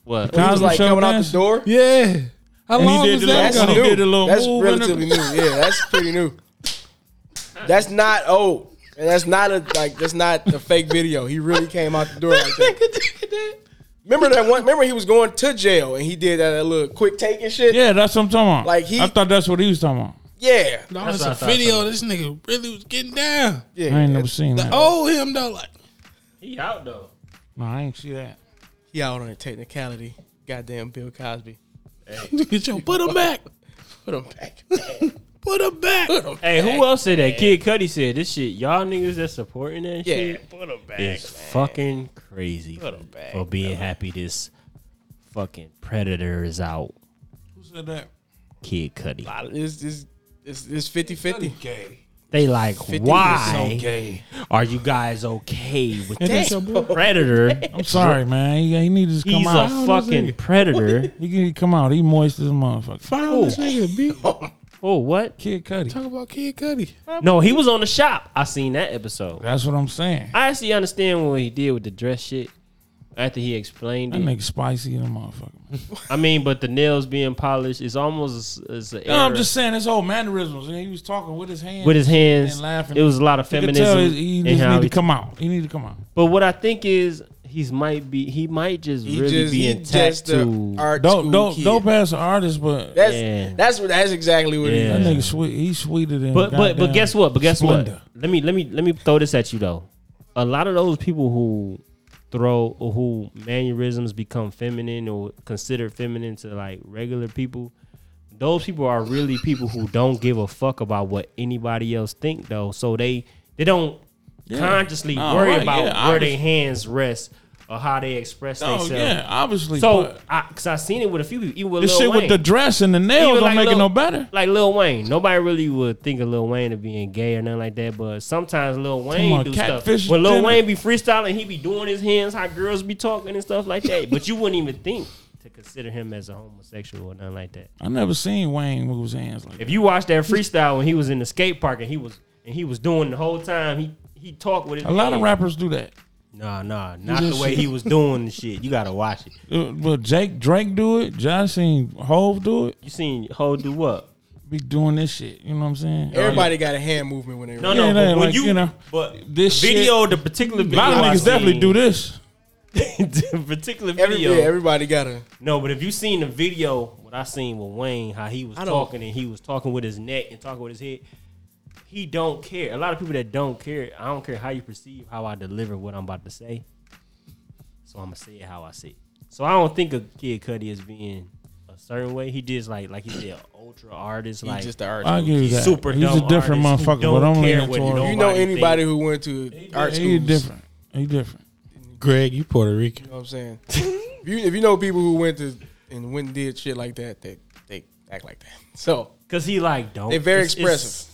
C: what?
A: He was
B: Cosby
A: like
B: Show
A: coming out
B: dancing?
A: the door.
D: Yeah. How
B: And he
D: long
B: did
D: was
B: the
D: that
B: last
A: That's
B: one.
D: ago?
B: He
A: new.
B: did a little
A: that's
B: move in the-
A: relatively new. Yeah, that's pretty new. That's not old. And that's not a like that's not a fake video. He really came out the door
D: <laughs>
A: like that. Remember that one remember he was going to jail and he did that, that little quick take and shit?
B: Yeah, that's what I'm talking about.
A: Like, he-
B: I thought that's what he was talking about.
A: Yeah,
D: No,
C: That's
D: it's
C: what I
D: a
C: thought,
D: video. This nigga really was getting down.
A: yeah.
B: I ain't never
A: that's-
B: seen
D: The
B: that.
D: old him though, like
C: He out though.
B: No, I ain't see that.
A: He out on a technicality. Goddamn Bill Cosby.
D: <laughs> get your put him back,
A: Put him <laughs> back.
D: put him back.
C: Hey, who else said that? Kid Cudi said this shit. Y'all niggas that supporting that
A: Yeah,
C: shit
A: put him back.
C: is fucking crazy
A: Put 'em back,
C: for being happy this fucking predator is out.
B: Who said that?
C: Kid Cudi.
A: lot of- It's, it's, it's, it's 50 50.
D: Gay,
C: They like, why
D: gay.
C: are you guys okay
B: Ain't
C: with
B: that
C: this
B: your boy?
C: predator?
B: <laughs> I'm sorry, man. He, he need to just come
C: He's
B: out.
C: a fucking predator.
B: He need to come out. He moist as a motherfucker.
D: Follow this nigga. B.
C: Oh, what?
B: Kid Cudi.
D: Talk about Kid Cudi.
C: No, he was on the shop. I seen that episode.
B: That's what I'm saying.
C: I actually understand what he did with the dress shit after he explained
B: That
C: it.
B: nigga spicy in a motherfucker. man.
C: I mean, but the nails being polished is almost as an
B: No,
C: error.
B: I'm just saying his whole mannerisms. He was talking with his hands.
C: with his hands.
B: and laughing.
C: It was a lot of
B: You could tell
C: feminism.
B: he- he
C: in
B: just
C: how
B: need to
C: he-
B: come out. He need to come out.
C: but what I think is he's might be he might just
A: He
C: really
A: just,
C: be
A: he
C: intact
A: just
C: to
A: a art
B: Don't
A: school
B: don't
A: kid.
B: don't pass an artist, but
A: That's,
C: Yeah.
A: that's, what, that's exactly what
C: Yeah.
A: it
B: that
A: is.
B: nigga sweet. He's sweeter than.
C: But but but
B: goddamn
C: guess what? But guess
B: Splenda.
C: what? Let me let me let me throw this at you though. A lot of those people who throw or who mannerisms become feminine or considered feminine to like regular people, those people are really people who don't give a fuck about what anybody else think though. So they they don't consciously
B: No,
C: worry
B: right,
C: about
B: yeah,
C: where their hands rest or how they express
B: Oh
C: themselves.
B: yeah, obviously.
C: So,
B: but
C: I, cause I seen it with a few people, even with
B: this
C: Lil
B: shit
C: Wayne.
B: with the dress and the nails
C: Even
B: don't
C: like
B: make it
C: Lil-
B: no better.
C: like Lil Wayne. Nobody really would think of Lil Wayne of being gay or nothing like that. But sometimes Lil Wayne
B: on,
C: do
B: catfish
C: stuff. When Lil
B: dinner.
C: Wayne be freestyling, he be doing his hands how girls be talking and stuff like that. but you wouldn't even think to consider him as a homosexual or nothing like that.
B: I never seen Wayne move his hands like. that.
C: If you watch that freestyle when he was in the skate park and he was and he was doing the whole time, he he talked with his
B: A lot of
C: hands.
B: rappers do that.
C: Nah, nah, not
B: You
C: the
B: just-
C: way he was doing the shit. You gotta watch it.
B: Uh, But Jake Drake do it. Josh seen Hove do it.
C: You seen Ho do what?
B: Be doing this shit. You know what I'm saying?
A: Everybody got a hand movement when they
C: No,
A: rap.
C: no,
B: Yeah,
C: but
B: they
C: when
B: like,
C: you,
B: you know,
C: but
B: this
C: this video, the particular
B: Oh, a
C: video,
B: lot of
C: I
B: niggas definitely
C: seen-
B: do this.
C: the <laughs> particular
A: Every,
C: video.
A: yeah, everybody got a.
C: no, but if you seen the video, what I seen with Wayne, how he was
A: I don't-
C: talking and he was talking with his neck and talking with his head, he don't care. A lot of people that don't care, I don't care how you perceive how I deliver what I'm about to say. So I'm gonna say it how I say it. So I don't think of Kid Cudi as being a certain way. He just like like he said, ultra artist,
A: He
C: like
A: just the art.
B: I
A: school.
B: give you
C: he's
B: that.
C: super
B: He's
C: dumb
B: a different
C: artist who
B: motherfucker,
C: don't
B: but I'm
C: care
B: leaning
C: what
B: towards.
C: nobody
A: You know
C: think.
A: anybody who went to art school?
B: He different. He different.
D: Greg, you Puerto Rican.
A: You know what I'm saying? if, you, if you know people who went to and went and did shit like that, they they act like that. <laughs> So
C: Cause he like don't.
A: They're very
C: it's- it's-
A: expressive.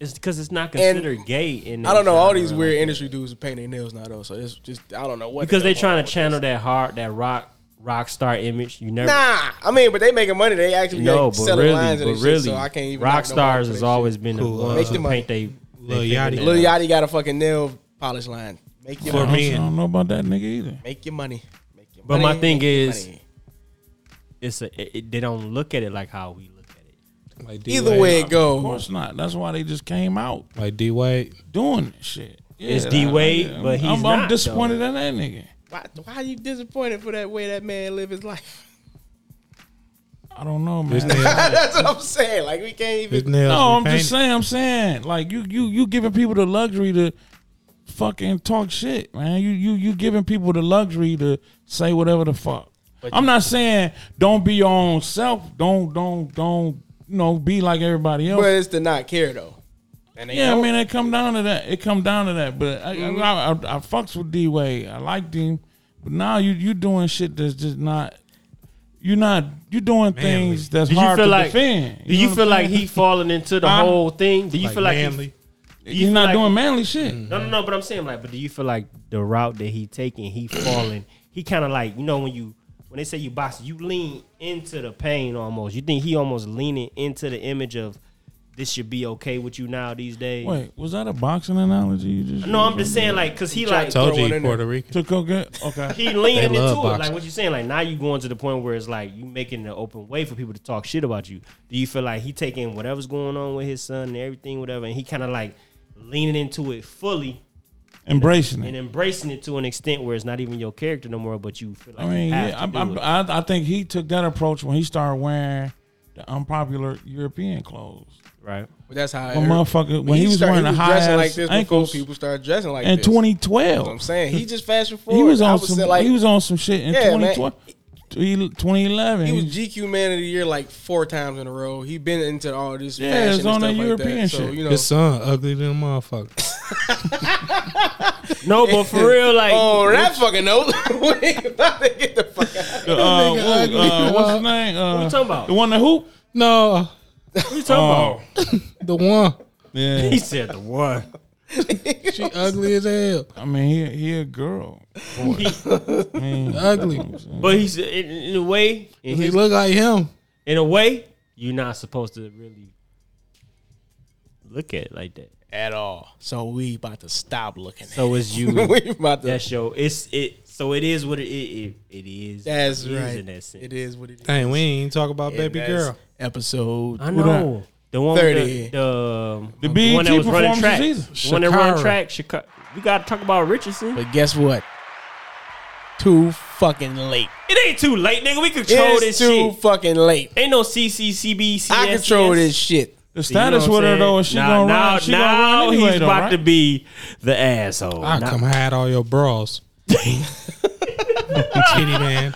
C: It's because it's not considered gay. In
A: I don't know.
C: those
A: All
C: genres
A: these
C: like
A: weird
C: that.
A: industry dudes who paint their nails now though. So it's just I don't know what
C: because they
A: got
C: trying
A: going
C: to channel that hard, that rock rock star image. You never
A: on. Nah, I mean, but they making money. They actually
C: know,
A: like,
C: but
A: selling
C: really,
A: lines and
C: but
A: shit,
C: really,
A: so I can't even knock
C: rock
A: nobody
C: stars
A: for
C: has
A: that
C: always been
D: Cool.
C: the ones
A: Make
C: who
A: the money.
C: paint they.
D: Lil
C: they
D: Yachty.
A: shit.
C: fingernails.
A: Lil Yachty got a fucking nail polish line. Make your
D: For
B: I
A: money.
B: don't,
D: me.
B: I don't know about that nigga either.
A: Make your money. Make your
C: But my
A: money,
C: thing
A: make your
C: is-
A: money.
C: It's a, it, it- they don't look at it like how we look at it.
D: Like D
A: either
D: Wade.
A: way it
C: Oh.
A: goes.
B: Of course not. That's why they just came out
D: like D Wade.
B: doing this shit. Yeah,
C: It's D-Wade,
B: I- I-
C: but he's
B: I'm, I'm
C: not,
B: disappointed in that nigga.
A: Why, why are you disappointed for that way that man live his life?
B: I don't know,
D: His
B: man.
A: <laughs>
D: nails,
A: That's what I'm saying. Like we can't even. <laughs>
D: his nails
B: No, I'm
D: repainted.
B: just saying. I'm saying like you, you, you giving people the luxury to fucking talk shit, man. You, you, you giving people the luxury to say whatever the fuck. I'm not saying don't be your own self. Don't, don't, don't. You know, be like everybody else.
A: But it's to not care though. And they
B: yeah,
A: don't.
B: I mean, it come down to that. It come down to that. But I, I, I, I fucks with D Wade. I liked him, but now you you doing shit that's just not. You're not. You're doing things that's
C: Do you
B: hard
C: feel
B: to
C: like?
B: defend.
C: Do you feel like he falling into the
B: Huh?
C: whole thing? Do you
D: Like
C: feel like he-
D: manly.
C: do you
B: He's
C: feel
B: not
C: like-
B: doing manly shit.
C: No, no, no. But I'm saying like, but do you feel like the route that he taking, he falling, he kind of like you know when you when they say you box, you lean into the pain almost. You think he almost leaning into the image of this should be okay with you now these days.
B: Wait, was that a boxing analogy you just?
C: No, I'm
B: used?
C: just saying like because he
A: Try
C: like
A: to-
D: Told
A: Throw
D: you
A: one
D: he
A: in there.
D: Puerto Rican.
B: to go get
C: <laughs>
B: okay.
C: he leaning into
D: They love
C: it. Like
D: boxing.
C: what you saying, like now you going to the point where it's like you making an open way for people to talk shit about you. Do you feel like he taking whatever's going on with his son and everything, whatever, and he kind of like leaning into it fully
B: Embracing
C: and
B: it.
C: embracing it to an extent where it's not even your character no more, but you feel like
B: I mean,
C: you have
B: yeah,
C: to
B: I'm,
C: do
B: I'm,
C: it.
B: I, I think he took that approach when he started wearing the unpopular European clothes.
C: right?
A: But that's how.
B: Well, motherfucker, when he was
A: started-
B: wearing the high
A: dressing
B: ass
A: like this
B: ankles
A: before people started dressing like
B: in
A: this. That's
B: 2012.
A: what I'm saying he just fashion forward.
B: he was
A: I
B: on
A: would
B: some.
A: say, like
B: he was on some shit in
A: Yeah, man.
B: 2012, 2011.
A: he was GQ man of the year like four times in a row. He been into all this.
B: Yeah,
A: fashion
B: it's
A: and
B: on
A: stuff
B: that
A: like
B: European
A: So,
B: shit.
A: you know,
D: His son ugly than a motherfucker.
C: No, but for real, like
A: oh, that fucking note. we ain't about to <laughs> get the fuck out. <laughs>
B: uh, what- uh, what's his name? Uh,
C: you talking about?
B: The one that hoop.
D: <laughs> no,
C: what you talking about?
D: the one.
B: Yeah,
C: He said the one.
D: <laughs> She ugly as hell.
B: <laughs> I mean, he he a girl. I mean,
D: Ugly. <laughs>
C: But he's in, in a way, in,
D: He
C: his,
D: look like him.
C: in a way, you're not supposed to really look at it like that.
A: At all. So we about to stop looking. at
C: So it's
A: it.
C: you.
A: <laughs> we about to.
C: That's your. It's it. So it is what it it it, it is.
A: That's
C: it is
A: right.
C: in that sense.
A: It is what it is.
D: Dang, we ain't even talk about
A: And
D: baby
A: that's
D: girl.
A: episode.
C: I
B: Who
C: know the one with
A: 30.
C: the the, um,
B: The
C: one
B: BET
C: that was running
B: performances
C: track.
B: either.
C: The one that run
D: Shakira.
C: track. Chicago. We got to talk about Richardson.
A: But guess what? Too fucking late.
C: It ain't too late, nigga. We control
A: It's
C: this
A: too
C: shit.
A: fucking late.
C: Ain't no CCCB.
A: I control this shit.
B: the
C: You know
B: status with
C: what I'm
B: her
C: saying?
B: though is she
C: now,
B: gonna
C: now,
B: run. She
C: now
B: gonna run anyway,
C: he's
B: though,
C: about
B: right?
C: to be the asshole.
D: I
C: Now-
D: come hide all
C: <laughs>
D: your bras. Titty man.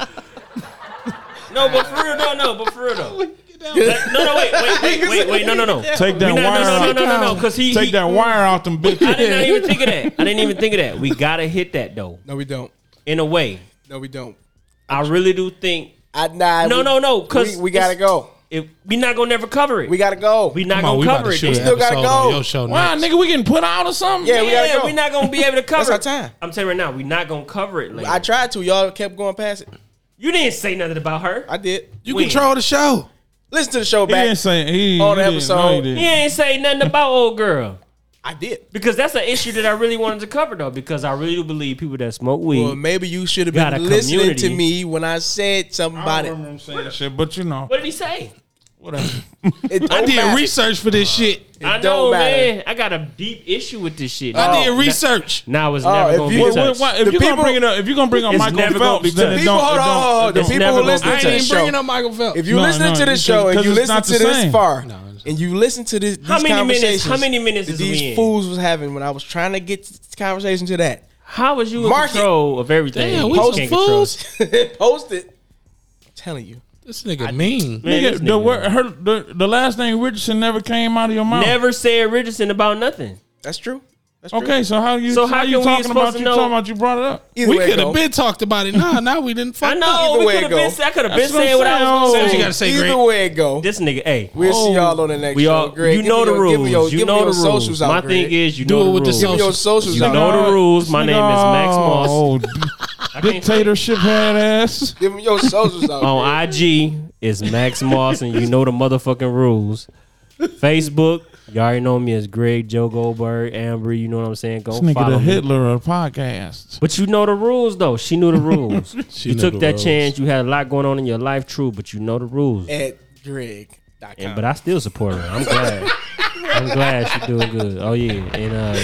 C: no, but for real, no, no, but for real though. That- no, no, wait, wait, wait, wait, wait, no,
A: <laughs>
C: no, no.
B: take
C: We
B: that
C: not-
B: wire.
C: no, no,
B: out-
C: no, no, no, no, because he,
B: Take
C: he-
B: that wire out them
C: I
B: bitches.
C: did not even think of that. I didn't even think of that. We gotta hit that though.
A: No, we don't.
C: In a way,
A: No, we don't.
C: I really do think
A: I nah.
C: No,
A: we-
C: no, no, 'cause
A: we, we gotta
C: it's-
A: go.
C: if we not gonna never cover it.
A: We
C: We,
A: gotta go.
C: we not
D: Come on,
C: gonna
D: we about
C: cover
D: to
C: it.
D: shoot
C: It's
D: an
A: still
D: episode
A: gotta go.
D: on your show
B: Wow,
D: next.
B: nigga, we getting put out or something?
A: Yeah, we gotta
C: yeah,
A: go.
C: we're not gonna be able to cover
A: our
C: it.
A: time.
C: I'm telling you right now, we're not gonna cover it later.
A: I tried to. Y'all kept going past it.
C: you didn't say nothing about her.
A: I did.
D: You
C: When?
D: control the show.
A: Listen to the show
B: He didn't
A: back.
B: say he
A: On
B: he
A: the
B: didn't-
A: episode.
B: no, he didn't.
C: He ain't say nothing about old girl.
A: I did.
C: Because that's an issue that I really wanted to cover though, because I really do believe people that smoke weed.
A: Well, maybe you should have
C: Got
A: been
C: a
A: listening to
C: community.
A: me when I said something
B: I
A: about
B: don't
A: it.
B: remember him saying that shit, but you know,
C: what did he say?
B: whatever.
A: It
D: I
A: don't
D: did
A: matter.
D: research for this shit.
C: I
A: don't
C: know,
A: matter.
C: man. I got a deep issue with this shit.
D: I
C: Now-
D: did research.
C: Now it's
A: Oh,
C: never
A: if
C: gonna
A: you-
C: be
A: What-
B: Well,
C: touched.
B: well, if
A: The
B: you're
A: people-
B: gonna bring it up, if you're gonna bring up
C: It's
B: Michael
C: never gonna
B: Phelps,
C: be
B: then
C: touched.
B: it
A: People,
B: don't.
A: hold
B: it
A: on,
B: don't-
A: hold on. The
C: it's
A: people
C: never
A: who
C: gonna be
A: listen
D: I
A: to the
D: ain't bringing
A: show.
D: up Michael Phelps.
A: If you
B: No,
A: listen
B: no,
A: to this
B: because-
A: show and
B: because
A: you
B: it's
A: listen
B: not
A: to
B: the
A: this
B: same.
A: far,
D: No, it's-
A: and you listen to this, these
C: How many minutes-
A: conversations,
C: how many minutes
A: that
C: is
A: these
C: we in?
A: fools was having when I was trying to get this conversation to that. <laughs>
C: How was you in
A: Market.
C: control of everything?
D: Damn,
C: You
D: we
C: can't
D: some
C: control-
D: fools.
A: Post it. I'm telling you,
D: This nigga mean.
C: Man,
B: Nigga,
C: this
B: the
C: nigga
B: word, her, the, the last name Richardson never came out of your mouth.
C: Never said Richardson about nothing.
A: that's true. That's true.
B: Okay, so how you? So
C: So how
B: how,
C: can
B: you
C: we
B: talking
C: supposed
B: about?
C: to
B: You
C: know-
B: talking about you brought it up?
A: Either
D: We
A: way,
D: could
A: go.
D: have been talked about it. Nah, nah, we didn't
C: I
D: fuck up.
A: either
C: know. We
A: way it
C: could have been.
A: go.
C: I could have been
B: That's what I'm
C: saying what I was
B: saying.
C: going
D: Said
C: to
D: you
C: say.
D: gotta say,
A: Either
D: Greg.
A: way it go,
C: This nigga, hey,
A: we'll see y'all on the next
C: Oh, we all.
A: show. Greg,
C: you
A: give me
C: know the
A: your- give me your-
C: rules. You
A: give me
C: know
A: your
C: the rules.
A: socials out,
C: My
A: Greg.
C: thing is, you
D: Do
C: know
D: it
C: the
D: with the
C: rules.
A: Give me your socials
C: You
A: out.
C: know the rules. My name is Max Moss.
B: Oh, dictatorship head ass.
A: <laughs> Give me your socials out. Greg.
C: on IG is Max Moss, and you know the motherfucking rules. Facebook, you already know me as Greg Joe Goldberg, Amber. You know what I'm saying? Go
B: This nigga
C: follow
B: the
C: me.
B: Hitler of podcast.
C: But you know the rules, though. She knew
D: <laughs>
C: the rules.
D: She
C: you
D: knew
C: took
D: the
C: that
D: rules.
C: chance. You had a lot going on in your life, true, but you know the rules.
A: at Greg.com.
C: And, but I still support her. I'm glad. I'm glad she's doing good. Oh yeah, and uh,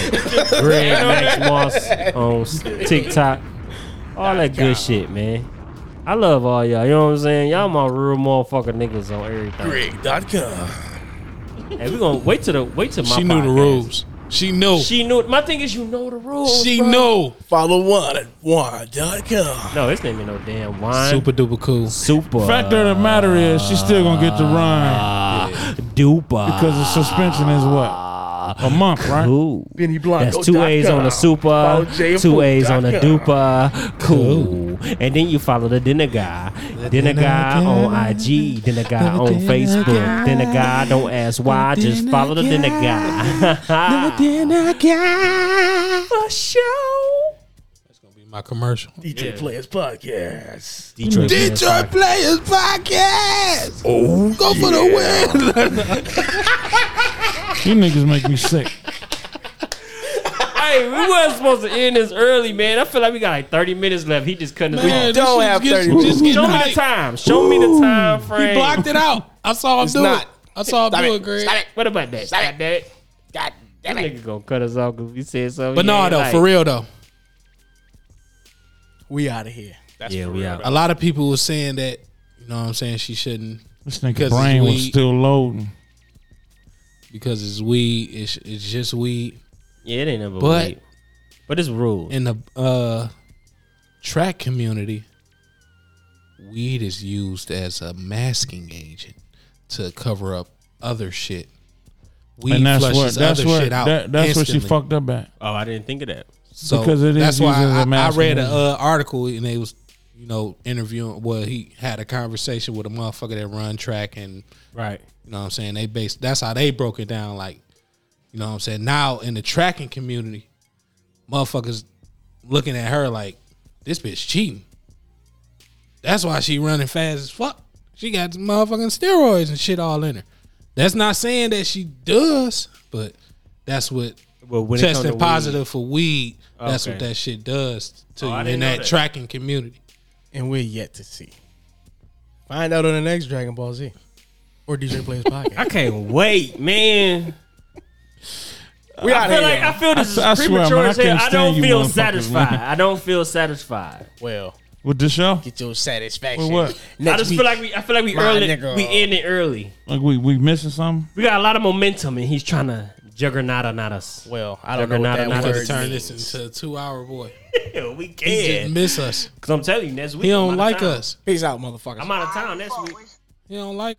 C: Greg Max Moss on s- TikTok, all that good shit, man. I love all y'all. You know what I'm saying? Y'all my real motherfucker niggas on everything.
D: Greg.com.
C: Hey, we gonna wait till the wait till my.
D: She knew the
C: podcast.
D: rules. She knew. She,
C: She knew. My thing is, you know the rules. bro.
D: knew.
A: Follow one at one.com.
C: No, this name ain't no damn wine.
D: Super duper cool.
C: super.
B: Fact of the matter is, she's still gonna get the run
C: uh, duper. Ah.
B: because the suspension is what a month, right?
C: Cool.
A: Benny Blanco.
C: That's two A's on the super, two A's on the duper, cool. And then you follow the dinner guy. Dinner guy on IG, dinner guy on Facebook. Dinner guy, don't ask why, just follow the dinner guy. The dinner guy. For sure.
D: That's gonna be my commercial.
A: DJ Players Podcast.
C: <laughs> Detroit.
D: Detroit Players Podcast. Oh, go for the win.
B: You niggas make me sick.
C: Hey, we weren't supposed to end this early, man. I feel like we got like 30 minutes left. He just couldn't.
D: Man,
A: don't
D: this shit
A: have
D: gets-
A: 30
D: just getting
C: Show me the
D: hype.
C: time. Show me the time frame.
D: He blocked it out. I saw him
A: It's
D: do
A: not.
D: it. I saw him
A: Stop
D: do
A: it.
D: it, Greg.
A: Stop it.
C: What about that?
A: Stop it.
C: About that?
A: God damn
C: That
A: it.
C: nigga gonna cut us off because we said something.
D: But
C: he
D: no,
C: ain't
D: though,
C: like.
D: for real though,
A: We out of here. That's
C: Yeah, we out.
D: a lot of people were saying that. You know what I'm saying? She shouldn't
B: This nigga
D: Because it's
B: brain was
D: weed.
B: still loading.
D: because it's weed. It's it's just weed.
C: Yeah, it ain't never
D: But-
C: weed. But it's rules.
D: In the uh, track community, weed is used as a masking agent to cover up other shit. Weed
B: and that's what
D: flushes
B: that's
D: other
B: what
D: shit out.
B: that, that's what she
D: instantly.
B: fucked up at.
C: oh, I didn't think of that.
D: So
B: Because it is
D: that's why
B: used as a
D: I, I
B: masking
D: read an
B: agent.
D: uh, article and they was, you know, interviewing. Well, he had a conversation with a motherfucker that run track and
C: Right.
D: you know what I'm saying. They based that's how they broke it down. Like, you know what I'm saying. Now in the tracking community, motherfuckers looking at her like this bitch cheating. That's why she running fast as fuck. She got motherfucking steroids and shit all in her. That's not saying that she does, but that's what
C: But when it comes
D: testing
C: to
D: positive for weed. That's
C: Okay.
D: what that shit does to
C: Oh, I
D: you
C: didn't
D: in
C: know
D: that,
C: that.
D: tracking community.
A: and we're yet to see. Find out on the next Dragon Ball Z or DJ Players podcast.
C: I can't wait, man.
A: we
C: I
A: out
C: feel
A: here.
C: like I feel this is
B: I swear,
C: premature
B: man, I
C: as hell.
B: can't
C: I
B: stand
C: don't
B: you
C: feel
B: motherfuckers,
C: satisfied.
B: man.
C: I don't feel satisfied.
A: <laughs> well,
B: With the show?
A: get your satisfaction.
B: With what?
A: Next
C: I just
A: week.
C: feel like we. I feel like we
A: My
C: early.
A: nigga.
C: We in it early.
B: Like we we missing something?
C: We got a lot of momentum, and he's trying to juggernaut on us.
A: well, I don't know what
C: Juggernaut
A: that
C: another
A: word
D: Turn
A: means.
D: this into a two-hour boy.
C: Yeah, we
D: He
C: can.
D: just miss us.
C: Because I'm telling you, next week
D: He
C: I'm
D: don't
C: outta
D: like
C: town.
D: us.
A: Peace out, motherfuckers.
C: I'm out of town next week.
D: He don't like.